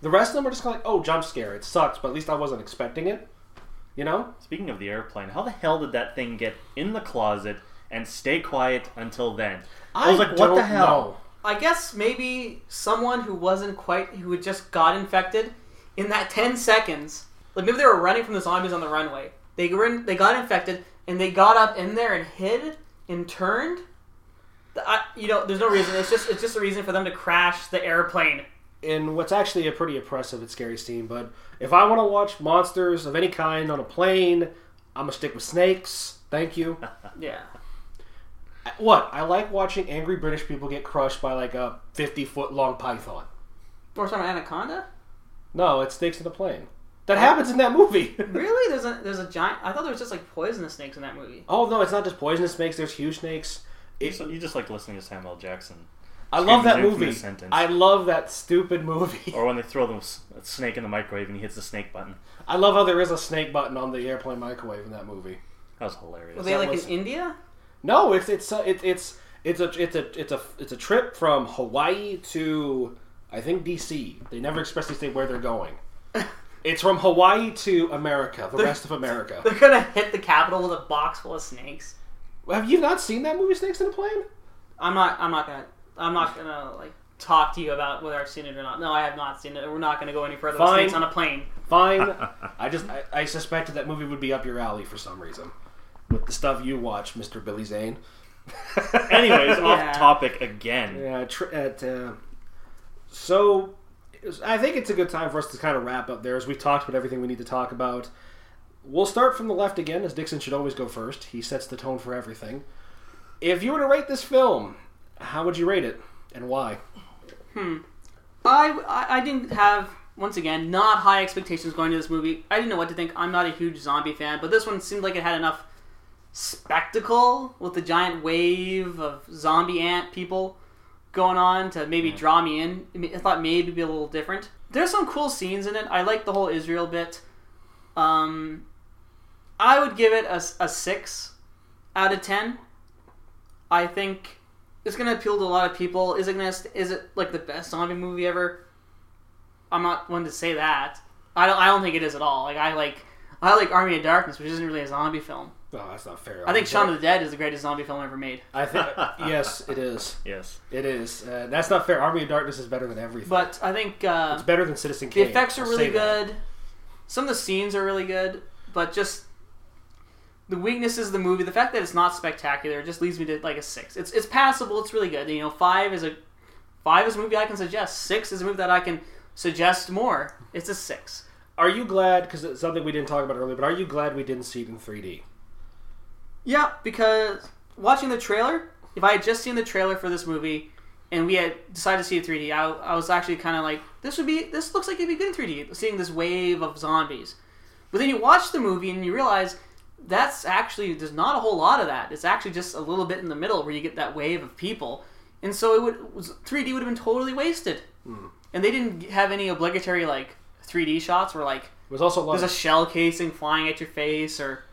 [SPEAKER 1] The rest of them were just kinda like, oh, jump scare. It sucks, but at least I wasn't expecting it. You know?
[SPEAKER 2] Speaking of the airplane, how the hell did that thing get in the closet and stay quiet until then? I, was like, what the
[SPEAKER 1] don't
[SPEAKER 2] hell?
[SPEAKER 1] know.
[SPEAKER 3] I guess maybe someone who wasn't quite, who had just got infected, in that 10 seconds, like maybe they were running from the zombies on the runway. They were in, they got infected and they got up in there and hid and turned. The- I, you know, there's no reason. It's just it's just a reason for them to crash the airplane.
[SPEAKER 1] In what's actually a pretty oppressive and scary scene, but if I want to watch monsters of any kind on a plane, I'm going to stick with snakes. Thank you.
[SPEAKER 3] Yeah.
[SPEAKER 1] what? I like watching angry British people get crushed by like a 50 foot long python.
[SPEAKER 3] Or some anaconda?
[SPEAKER 1] No, it's snakes in a plane. That happens in that movie.
[SPEAKER 3] Really? There's a there's a giant. I thought there was just like poisonous snakes in that movie.
[SPEAKER 1] oh, no, it's not just poisonous snakes, there's huge snakes.
[SPEAKER 2] You just, you just like listening to Samuel Jackson.
[SPEAKER 1] I love that
[SPEAKER 2] Excuse me,
[SPEAKER 1] movie.
[SPEAKER 2] sentence.
[SPEAKER 1] I love that stupid movie.
[SPEAKER 2] Or when they throw the s- snake in the microwave and he hits the snake button.
[SPEAKER 1] I love how there is a snake button on the airplane microwave in that movie.
[SPEAKER 2] That was
[SPEAKER 3] Were
[SPEAKER 2] hilarious.
[SPEAKER 3] they
[SPEAKER 1] that
[SPEAKER 3] like
[SPEAKER 1] was-
[SPEAKER 3] in India?
[SPEAKER 1] No, it's it's uh, it's it's it's a it's a it's a it's a trip from Hawaii to I think DC. They never expressly state where they're going. It's from Hawaii to America, the rest of America.
[SPEAKER 3] They're gonna hit the capital with a box full of snakes.
[SPEAKER 1] Have you not seen that movie, Snakes in a Plane?
[SPEAKER 3] I'm not. I'm not gonna. I'm not gonna like talk to you about whether I've seen it or not. No, I have not seen it. We're not gonna go any further. with
[SPEAKER 1] Fine.
[SPEAKER 3] Snakes on a plane.
[SPEAKER 1] Fine. I just I, I suspected that movie would be up your alley for some reason. with the stuff you watch, Mister Billy Zane.
[SPEAKER 2] Anyways,
[SPEAKER 3] Yeah.
[SPEAKER 2] off topic again.
[SPEAKER 1] Yeah, tr- at, uh, so I think it's a good time for us to kind of wrap up there as we talked about everything we need to talk about. We'll start from the left again, as Dixon should always go first. He sets the tone for everything. If you were to rate this film, how would you rate it and why?
[SPEAKER 3] I, I I didn't have once again not high expectations going to this movie. I didn't know what to think. I'm not a huge zombie fan, but this one seemed like it had enough spectacle with the giant wave of zombie ant people going on to maybe draw me in. I mean, I thought maybe it'd be a little different. There's some cool scenes in it. I like the whole Israel bit. Um, I would give it a, s- a six out of ten. I think it's gonna appeal to a lot of people. Is it gonna? Is it like the best zombie movie ever? I'm not one to say that. I don't. I don't think it is at all. Like I like. I like Army of Darkness, which isn't really a zombie film.
[SPEAKER 1] Oh, that's not fair.
[SPEAKER 3] I think Shaun of the Dead is the greatest zombie film ever made.
[SPEAKER 1] I think yes, it is.
[SPEAKER 2] Yes.
[SPEAKER 1] It is. Uh, that's not fair. Army of Darkness is better than everything.
[SPEAKER 3] But I think uh,
[SPEAKER 1] it's better than Citizen
[SPEAKER 3] the
[SPEAKER 1] Kane.
[SPEAKER 3] effects are
[SPEAKER 1] I'll
[SPEAKER 3] really
[SPEAKER 1] say that.
[SPEAKER 3] good. Some of the scenes are really good, but just the weaknesses of the movie, the fact that it's not spectacular, just leads me to like a six. It's it's passable. It's really good. You know, five is a five is a movie I can suggest. Six is a movie that I can suggest more. It's a six.
[SPEAKER 1] Are you glad? Because it's something we didn't talk about earlier. But are you glad we didn't see it in 3D?
[SPEAKER 3] Yeah, because watching the trailer, if I had just seen the trailer for this movie and we had decided to see it 3D, I, I was actually kind of like, this would be, this looks like it'd be good in 3D, seeing this wave of zombies. But then you watch the movie and you realize that's actually, there's not a whole lot of that. It's actually just a little bit in the middle where you get that wave of people. And so it would, was- 3D would have been totally wasted. And they didn't have any obligatory, like, 3D shots where, like,
[SPEAKER 1] It was also a lot.
[SPEAKER 3] there's
[SPEAKER 1] of-
[SPEAKER 3] a shell casing flying at your face or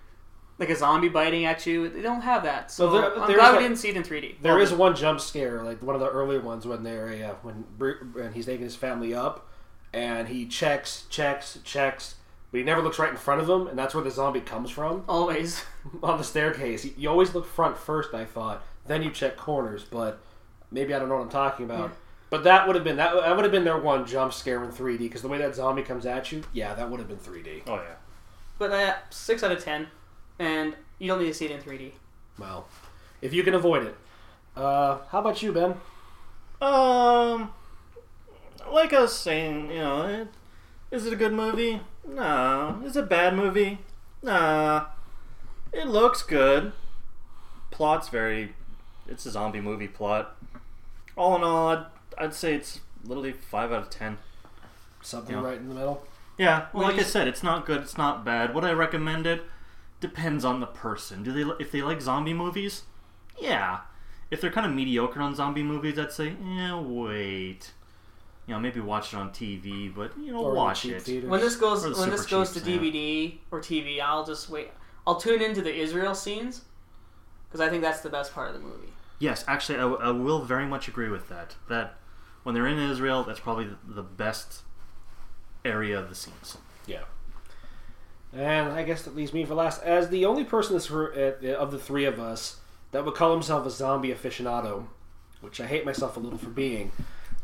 [SPEAKER 3] like a zombie biting at you. They don't have that. So
[SPEAKER 1] Well, there-
[SPEAKER 3] I'm
[SPEAKER 1] there
[SPEAKER 3] glad
[SPEAKER 1] is
[SPEAKER 3] we
[SPEAKER 1] a-
[SPEAKER 3] didn't see it in 3D.
[SPEAKER 1] There is one jump scare, like one of the earlier ones when they're yeah, when Bru- when he's taking his family up, and he checks, checks, checks, but he never looks right in front of him, and that's where the zombie comes from
[SPEAKER 3] Always.
[SPEAKER 1] on the staircase. You always look front first, I thought, then you check corners, but maybe I don't know what I'm talking about. But that would have been that, that would have been their one jump scare in 3D because the way that zombie comes at you, yeah, that would have been 3D.
[SPEAKER 2] Oh yeah.
[SPEAKER 3] But uh, 6 out of 10. And you don't need to see it in 3D.
[SPEAKER 1] Well, if you can avoid it, uh, how about you, Ben?
[SPEAKER 2] Um, like I was saying, you know, it, is it a good movie? No. Is it a bad movie? Nah. It looks good. Plot's very. It's a zombie movie plot. All in all, I'd, I'd say it's literally five out of ten.
[SPEAKER 1] Something
[SPEAKER 2] Yeah.
[SPEAKER 1] right in the middle.
[SPEAKER 2] Yeah,
[SPEAKER 3] Well,
[SPEAKER 2] like
[SPEAKER 3] you-
[SPEAKER 2] I said, it's not good. It's not bad. Would I recommend it? Depends on the person. Do they li- if they like zombie movies? Yeah. If they're kind of mediocre on zombie movies, I'd say, eh, wait. You know, maybe watch it on TV, but you know,
[SPEAKER 1] Or in
[SPEAKER 2] watch
[SPEAKER 1] cheap
[SPEAKER 2] it.
[SPEAKER 1] theaters.
[SPEAKER 3] When this goes
[SPEAKER 2] Or the
[SPEAKER 3] when
[SPEAKER 2] super
[SPEAKER 3] this goes to
[SPEAKER 2] cheap, yeah.
[SPEAKER 3] DVD or TV, I'll just wait. I'll tune into the Israel scenes because I think that's the best part of the movie.
[SPEAKER 2] Yes, actually, I, w- I will very much agree with that. That when they're in Israel, that's probably the- the best area of the scenes.
[SPEAKER 1] Yeah. And I guess that leaves me for last. As the only person this, uh, of the three of us that would call himself a zombie aficionado, which I hate myself a little for being.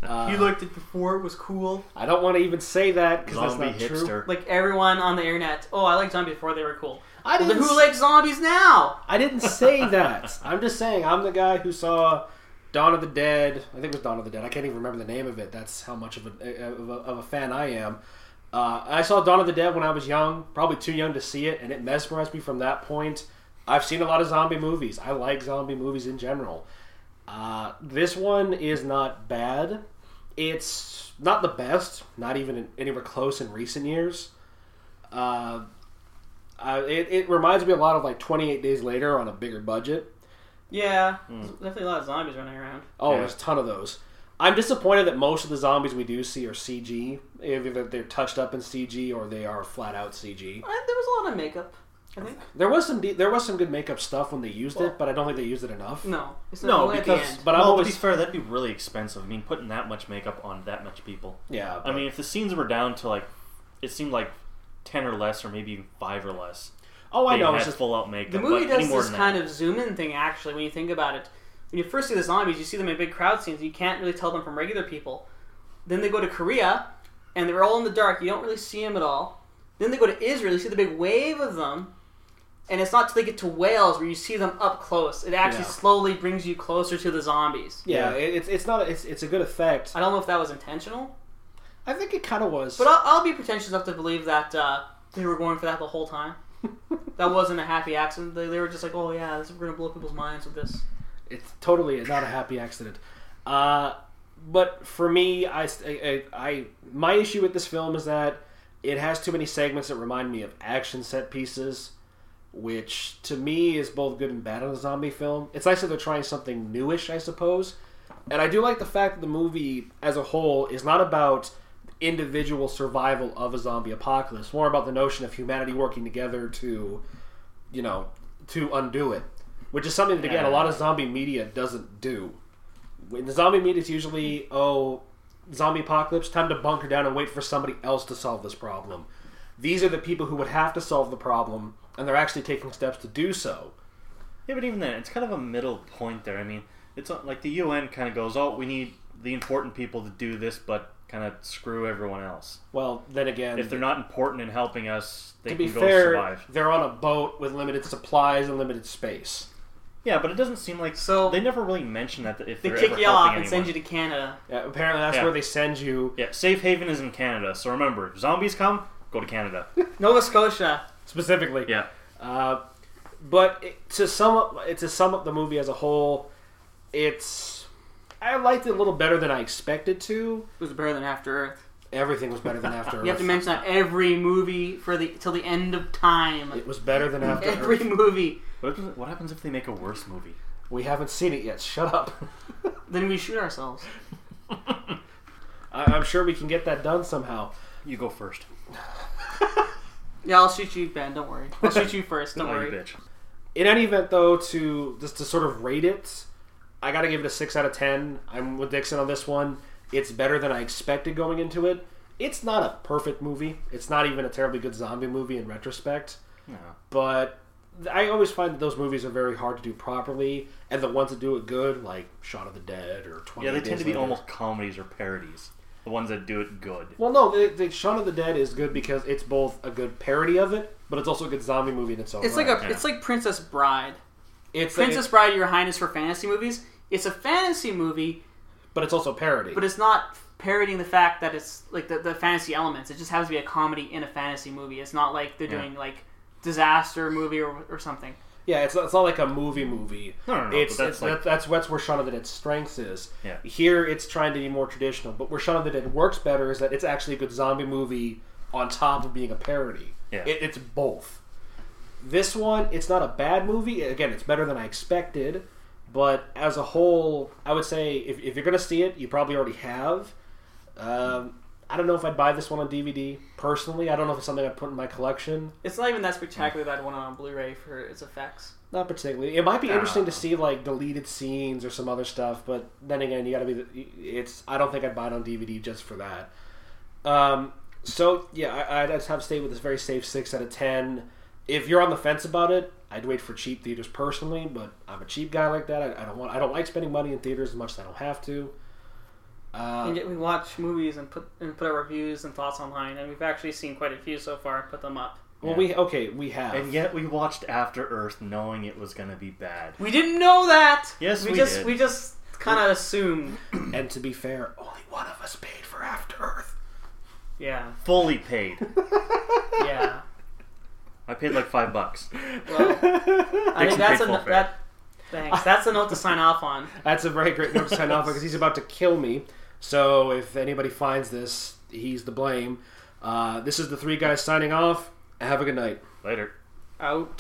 [SPEAKER 1] Uh,
[SPEAKER 3] liked it before; it was cool.
[SPEAKER 1] I don't want to even say that because that's
[SPEAKER 2] Zombie
[SPEAKER 1] not true.
[SPEAKER 2] hipster.
[SPEAKER 3] Like everyone on the internet. Oh, I liked zombies before they were cool.
[SPEAKER 1] I
[SPEAKER 3] Well, then
[SPEAKER 1] didn't,
[SPEAKER 3] who likes zombies now?
[SPEAKER 1] I didn't say that. I'm just saying I'm the guy who saw Dawn of the Dead. I think it was Dawn of the Dead. I can't even remember the name of it. That's how much of a, of a, of a fan I am. Uh, I saw Dawn of the Dead when I was young, probably too young to see it, and it mesmerized me from that point. I've seen a lot of zombie movies. I like zombie movies in general. Uh, this one is not bad. It's not the best, not even in, anywhere close in recent years. Uh, I, Uh, it, it reminds me a lot of like 28 Days Later on a bigger budget.
[SPEAKER 3] Yeah, there's definitely a lot of zombies running around.
[SPEAKER 1] Oh,
[SPEAKER 2] Yeah.
[SPEAKER 1] there's a ton of those. I'm disappointed that most of the zombies we do see are CG. Either they're touched up in CG or they are flat out CG.
[SPEAKER 3] I, there was a lot of makeup. I think
[SPEAKER 1] There was some de- there was some good makeup stuff when they used it, but I don't think they used it enough.
[SPEAKER 3] no, it's not
[SPEAKER 2] No,
[SPEAKER 3] only
[SPEAKER 2] because
[SPEAKER 3] at the end.
[SPEAKER 1] But
[SPEAKER 2] but
[SPEAKER 1] I'm
[SPEAKER 2] well,
[SPEAKER 1] always-
[SPEAKER 2] to be fair, that'd be really expensive. I mean, putting that much makeup on that much people.
[SPEAKER 1] Yeah,
[SPEAKER 2] I mean, if the scenes were down to like, it seemed like ten or less, or maybe even five or less.
[SPEAKER 1] oh, I
[SPEAKER 2] they
[SPEAKER 1] know.
[SPEAKER 2] had
[SPEAKER 1] It's just
[SPEAKER 2] full out makeup.
[SPEAKER 3] the movie
[SPEAKER 2] but any
[SPEAKER 3] does
[SPEAKER 2] more
[SPEAKER 3] this
[SPEAKER 2] than
[SPEAKER 3] kind
[SPEAKER 2] that.
[SPEAKER 3] of zoom in thing. Actually, when you think about it, when you first see the zombies, you see them in big crowd scenes. You can't really tell them from regular people. Then they go to Korea, and they're all in the dark. You don't really see them at all. Then they go to Israel. You see the big wave of them, and it's not till they get to Wales where you see them up close. It actually
[SPEAKER 1] Yeah.
[SPEAKER 3] slowly brings you closer to the zombies.
[SPEAKER 1] Yeah,
[SPEAKER 2] Yeah.
[SPEAKER 1] It, it's it's not a, it's it's a good effect.
[SPEAKER 3] I don't know if that was intentional,
[SPEAKER 1] I think it kind of was.
[SPEAKER 3] but I'll, I'll be pretentious enough to believe that uh, they were going for that the whole time. That wasn't a happy accident. They, they were just like, oh yeah, this, we're gonna blow people's minds with this.
[SPEAKER 1] it's totally not a happy accident. Uh, but for me, I, I, I my issue with this film is that it has too many segments that remind me of action set pieces, which to me is both good and bad on a zombie film. It's nice that they're trying something newish, I suppose. And I do like the fact that the movie as a whole is not about individual survival of a zombie apocalypse, more about the notion of humanity working together to, you know, to undo it, which is something that, again, a lot of zombie media doesn't do. When the zombie media is usually, oh, zombie apocalypse, time to bunker down and wait for somebody else to solve this problem. These are the people who would have to solve the problem, and they're actually taking steps to do so.
[SPEAKER 2] Yeah, but even then, it's kind of a middle point there. I mean, it's not- like the UN kind of goes, "Oh, we need the important people to do this, but kind of screw everyone else.
[SPEAKER 1] Well, then again,
[SPEAKER 2] If they're not important in helping us, they
[SPEAKER 1] to be
[SPEAKER 2] can go
[SPEAKER 1] fair,
[SPEAKER 2] survive."
[SPEAKER 1] they're on a boat with limited supplies and limited space.
[SPEAKER 2] Yeah, but it doesn't seem like
[SPEAKER 3] So-
[SPEAKER 2] they never really mention that if
[SPEAKER 3] They
[SPEAKER 2] they're
[SPEAKER 3] kick
[SPEAKER 2] ever
[SPEAKER 3] you
[SPEAKER 2] helping
[SPEAKER 3] off and
[SPEAKER 2] anyone.
[SPEAKER 3] send you to Canada.
[SPEAKER 1] Yeah, apparently, that's
[SPEAKER 2] Yeah.
[SPEAKER 1] where they send you
[SPEAKER 2] Yeah, safe haven is in Canada, so remember, if zombies come, go to Canada.
[SPEAKER 3] Nova Scotia.
[SPEAKER 1] specifically.
[SPEAKER 2] yeah,
[SPEAKER 1] Uh, but it, to sum up, to sum up the movie as a whole, it's I liked it a little better than I expected to.
[SPEAKER 3] It was better than After Earth.
[SPEAKER 1] Everything was better than After Earth.
[SPEAKER 3] You have to mention that every movie for the till the end of time.
[SPEAKER 1] it was better than After
[SPEAKER 3] Every
[SPEAKER 1] Earth.
[SPEAKER 3] movie.
[SPEAKER 2] what happens, what happens if they make a worse movie?
[SPEAKER 1] We haven't seen it yet. Shut up.
[SPEAKER 3] Then we shoot ourselves.
[SPEAKER 1] I, I'm sure we can get that done somehow.
[SPEAKER 2] You go first.
[SPEAKER 3] Yeah, I'll shoot you, Ben. Don't worry. I'll shoot you first. Don't
[SPEAKER 2] Oh, you
[SPEAKER 3] worry.
[SPEAKER 2] bitch.
[SPEAKER 1] In any event, though, to just to sort of rate it, I got to give it a six out of ten. I'm with Dixon on this one. It's better than I expected going into it. It's not a perfect movie. It's not even a terribly good zombie movie in retrospect.
[SPEAKER 2] No.
[SPEAKER 1] but I always find that those movies are very hard to do properly, and the ones that do it good, like Shot of the Dead or Twenty.
[SPEAKER 2] Yeah, they
[SPEAKER 1] Days
[SPEAKER 2] tend to be
[SPEAKER 1] Later.
[SPEAKER 2] almost comedies or parodies. The ones that do it good.
[SPEAKER 1] Well, no, the, the Shaun of the Dead is good because it's both a good parody of it, but it's also a good zombie movie in its own.
[SPEAKER 3] It's like
[SPEAKER 1] right.
[SPEAKER 3] a. It's like Princess Bride.
[SPEAKER 1] it's like-
[SPEAKER 3] Princess Bride, Your Highness, for fantasy movies. It's a fantasy movie,
[SPEAKER 1] but it's also a parody.
[SPEAKER 3] but it's not parodying the fact that it's like the, the fantasy elements. It just happens to be a comedy in a fantasy movie. It's not like they're
[SPEAKER 2] Yeah.
[SPEAKER 3] doing like disaster movie or, or something.
[SPEAKER 1] yeah, it's not, it's not like a movie movie.
[SPEAKER 2] No, no, no, but
[SPEAKER 1] it's,
[SPEAKER 2] that's
[SPEAKER 1] it's
[SPEAKER 2] like-
[SPEAKER 1] that, that's that's where Shaun of the Dead's strength is.
[SPEAKER 2] Yeah.
[SPEAKER 1] Here, it's trying to be more traditional, but where Shaun of the Dead works better is that it's actually a good zombie movie on top of being a parody.
[SPEAKER 2] Yeah.
[SPEAKER 1] It, it's both. This one, it's not a bad movie. Again, it's better than I expected, but as a whole, I would say if, if you're going to see it, you probably already have. Um, I don't know if I'd buy this one on DVD personally. I don't know if it's something I'd put in my collection.
[SPEAKER 3] It's not even that spectacular that I want on Blu-ray for its effects.
[SPEAKER 1] Not particularly. It might be interesting to
[SPEAKER 2] Ah.
[SPEAKER 1] see like deleted scenes or some other stuff, but then again, you got to be. the- It's. I don't think I'd buy it on DVD just for that. Um. So yeah, I, I'd have to stay with this very safe six out of ten. If you're on the fence about it, I'd wait for cheap theaters personally, but I'm a cheap guy like that. I, I don't want. I don't like spending money in theaters as much as I don't have to. Uh,
[SPEAKER 3] And yet we watch movies and put and put our reviews and thoughts online, and we've actually seen quite a few so far and put them up.
[SPEAKER 1] well, we okay. We have.
[SPEAKER 2] And yet we watched After Earth knowing it was going to be bad.
[SPEAKER 3] We didn't know that.
[SPEAKER 2] Yes, we
[SPEAKER 3] just
[SPEAKER 2] did.
[SPEAKER 3] we just kind of assumed.
[SPEAKER 1] and to be fair, only one of us paid for After Earth.
[SPEAKER 3] Yeah,
[SPEAKER 2] Fully paid.
[SPEAKER 3] yeah.
[SPEAKER 2] I paid like five bucks.
[SPEAKER 3] Well, I
[SPEAKER 2] Dixon
[SPEAKER 3] think that's
[SPEAKER 2] paid
[SPEAKER 3] a
[SPEAKER 2] full
[SPEAKER 3] no- that. Thanks. That's a note to sign off on.
[SPEAKER 1] That's a very great note to sign off because he's about to kill me. So if anybody finds this, he's to blame. Uh, this is the three guys signing off. Have a good night.
[SPEAKER 2] Later.
[SPEAKER 3] Out.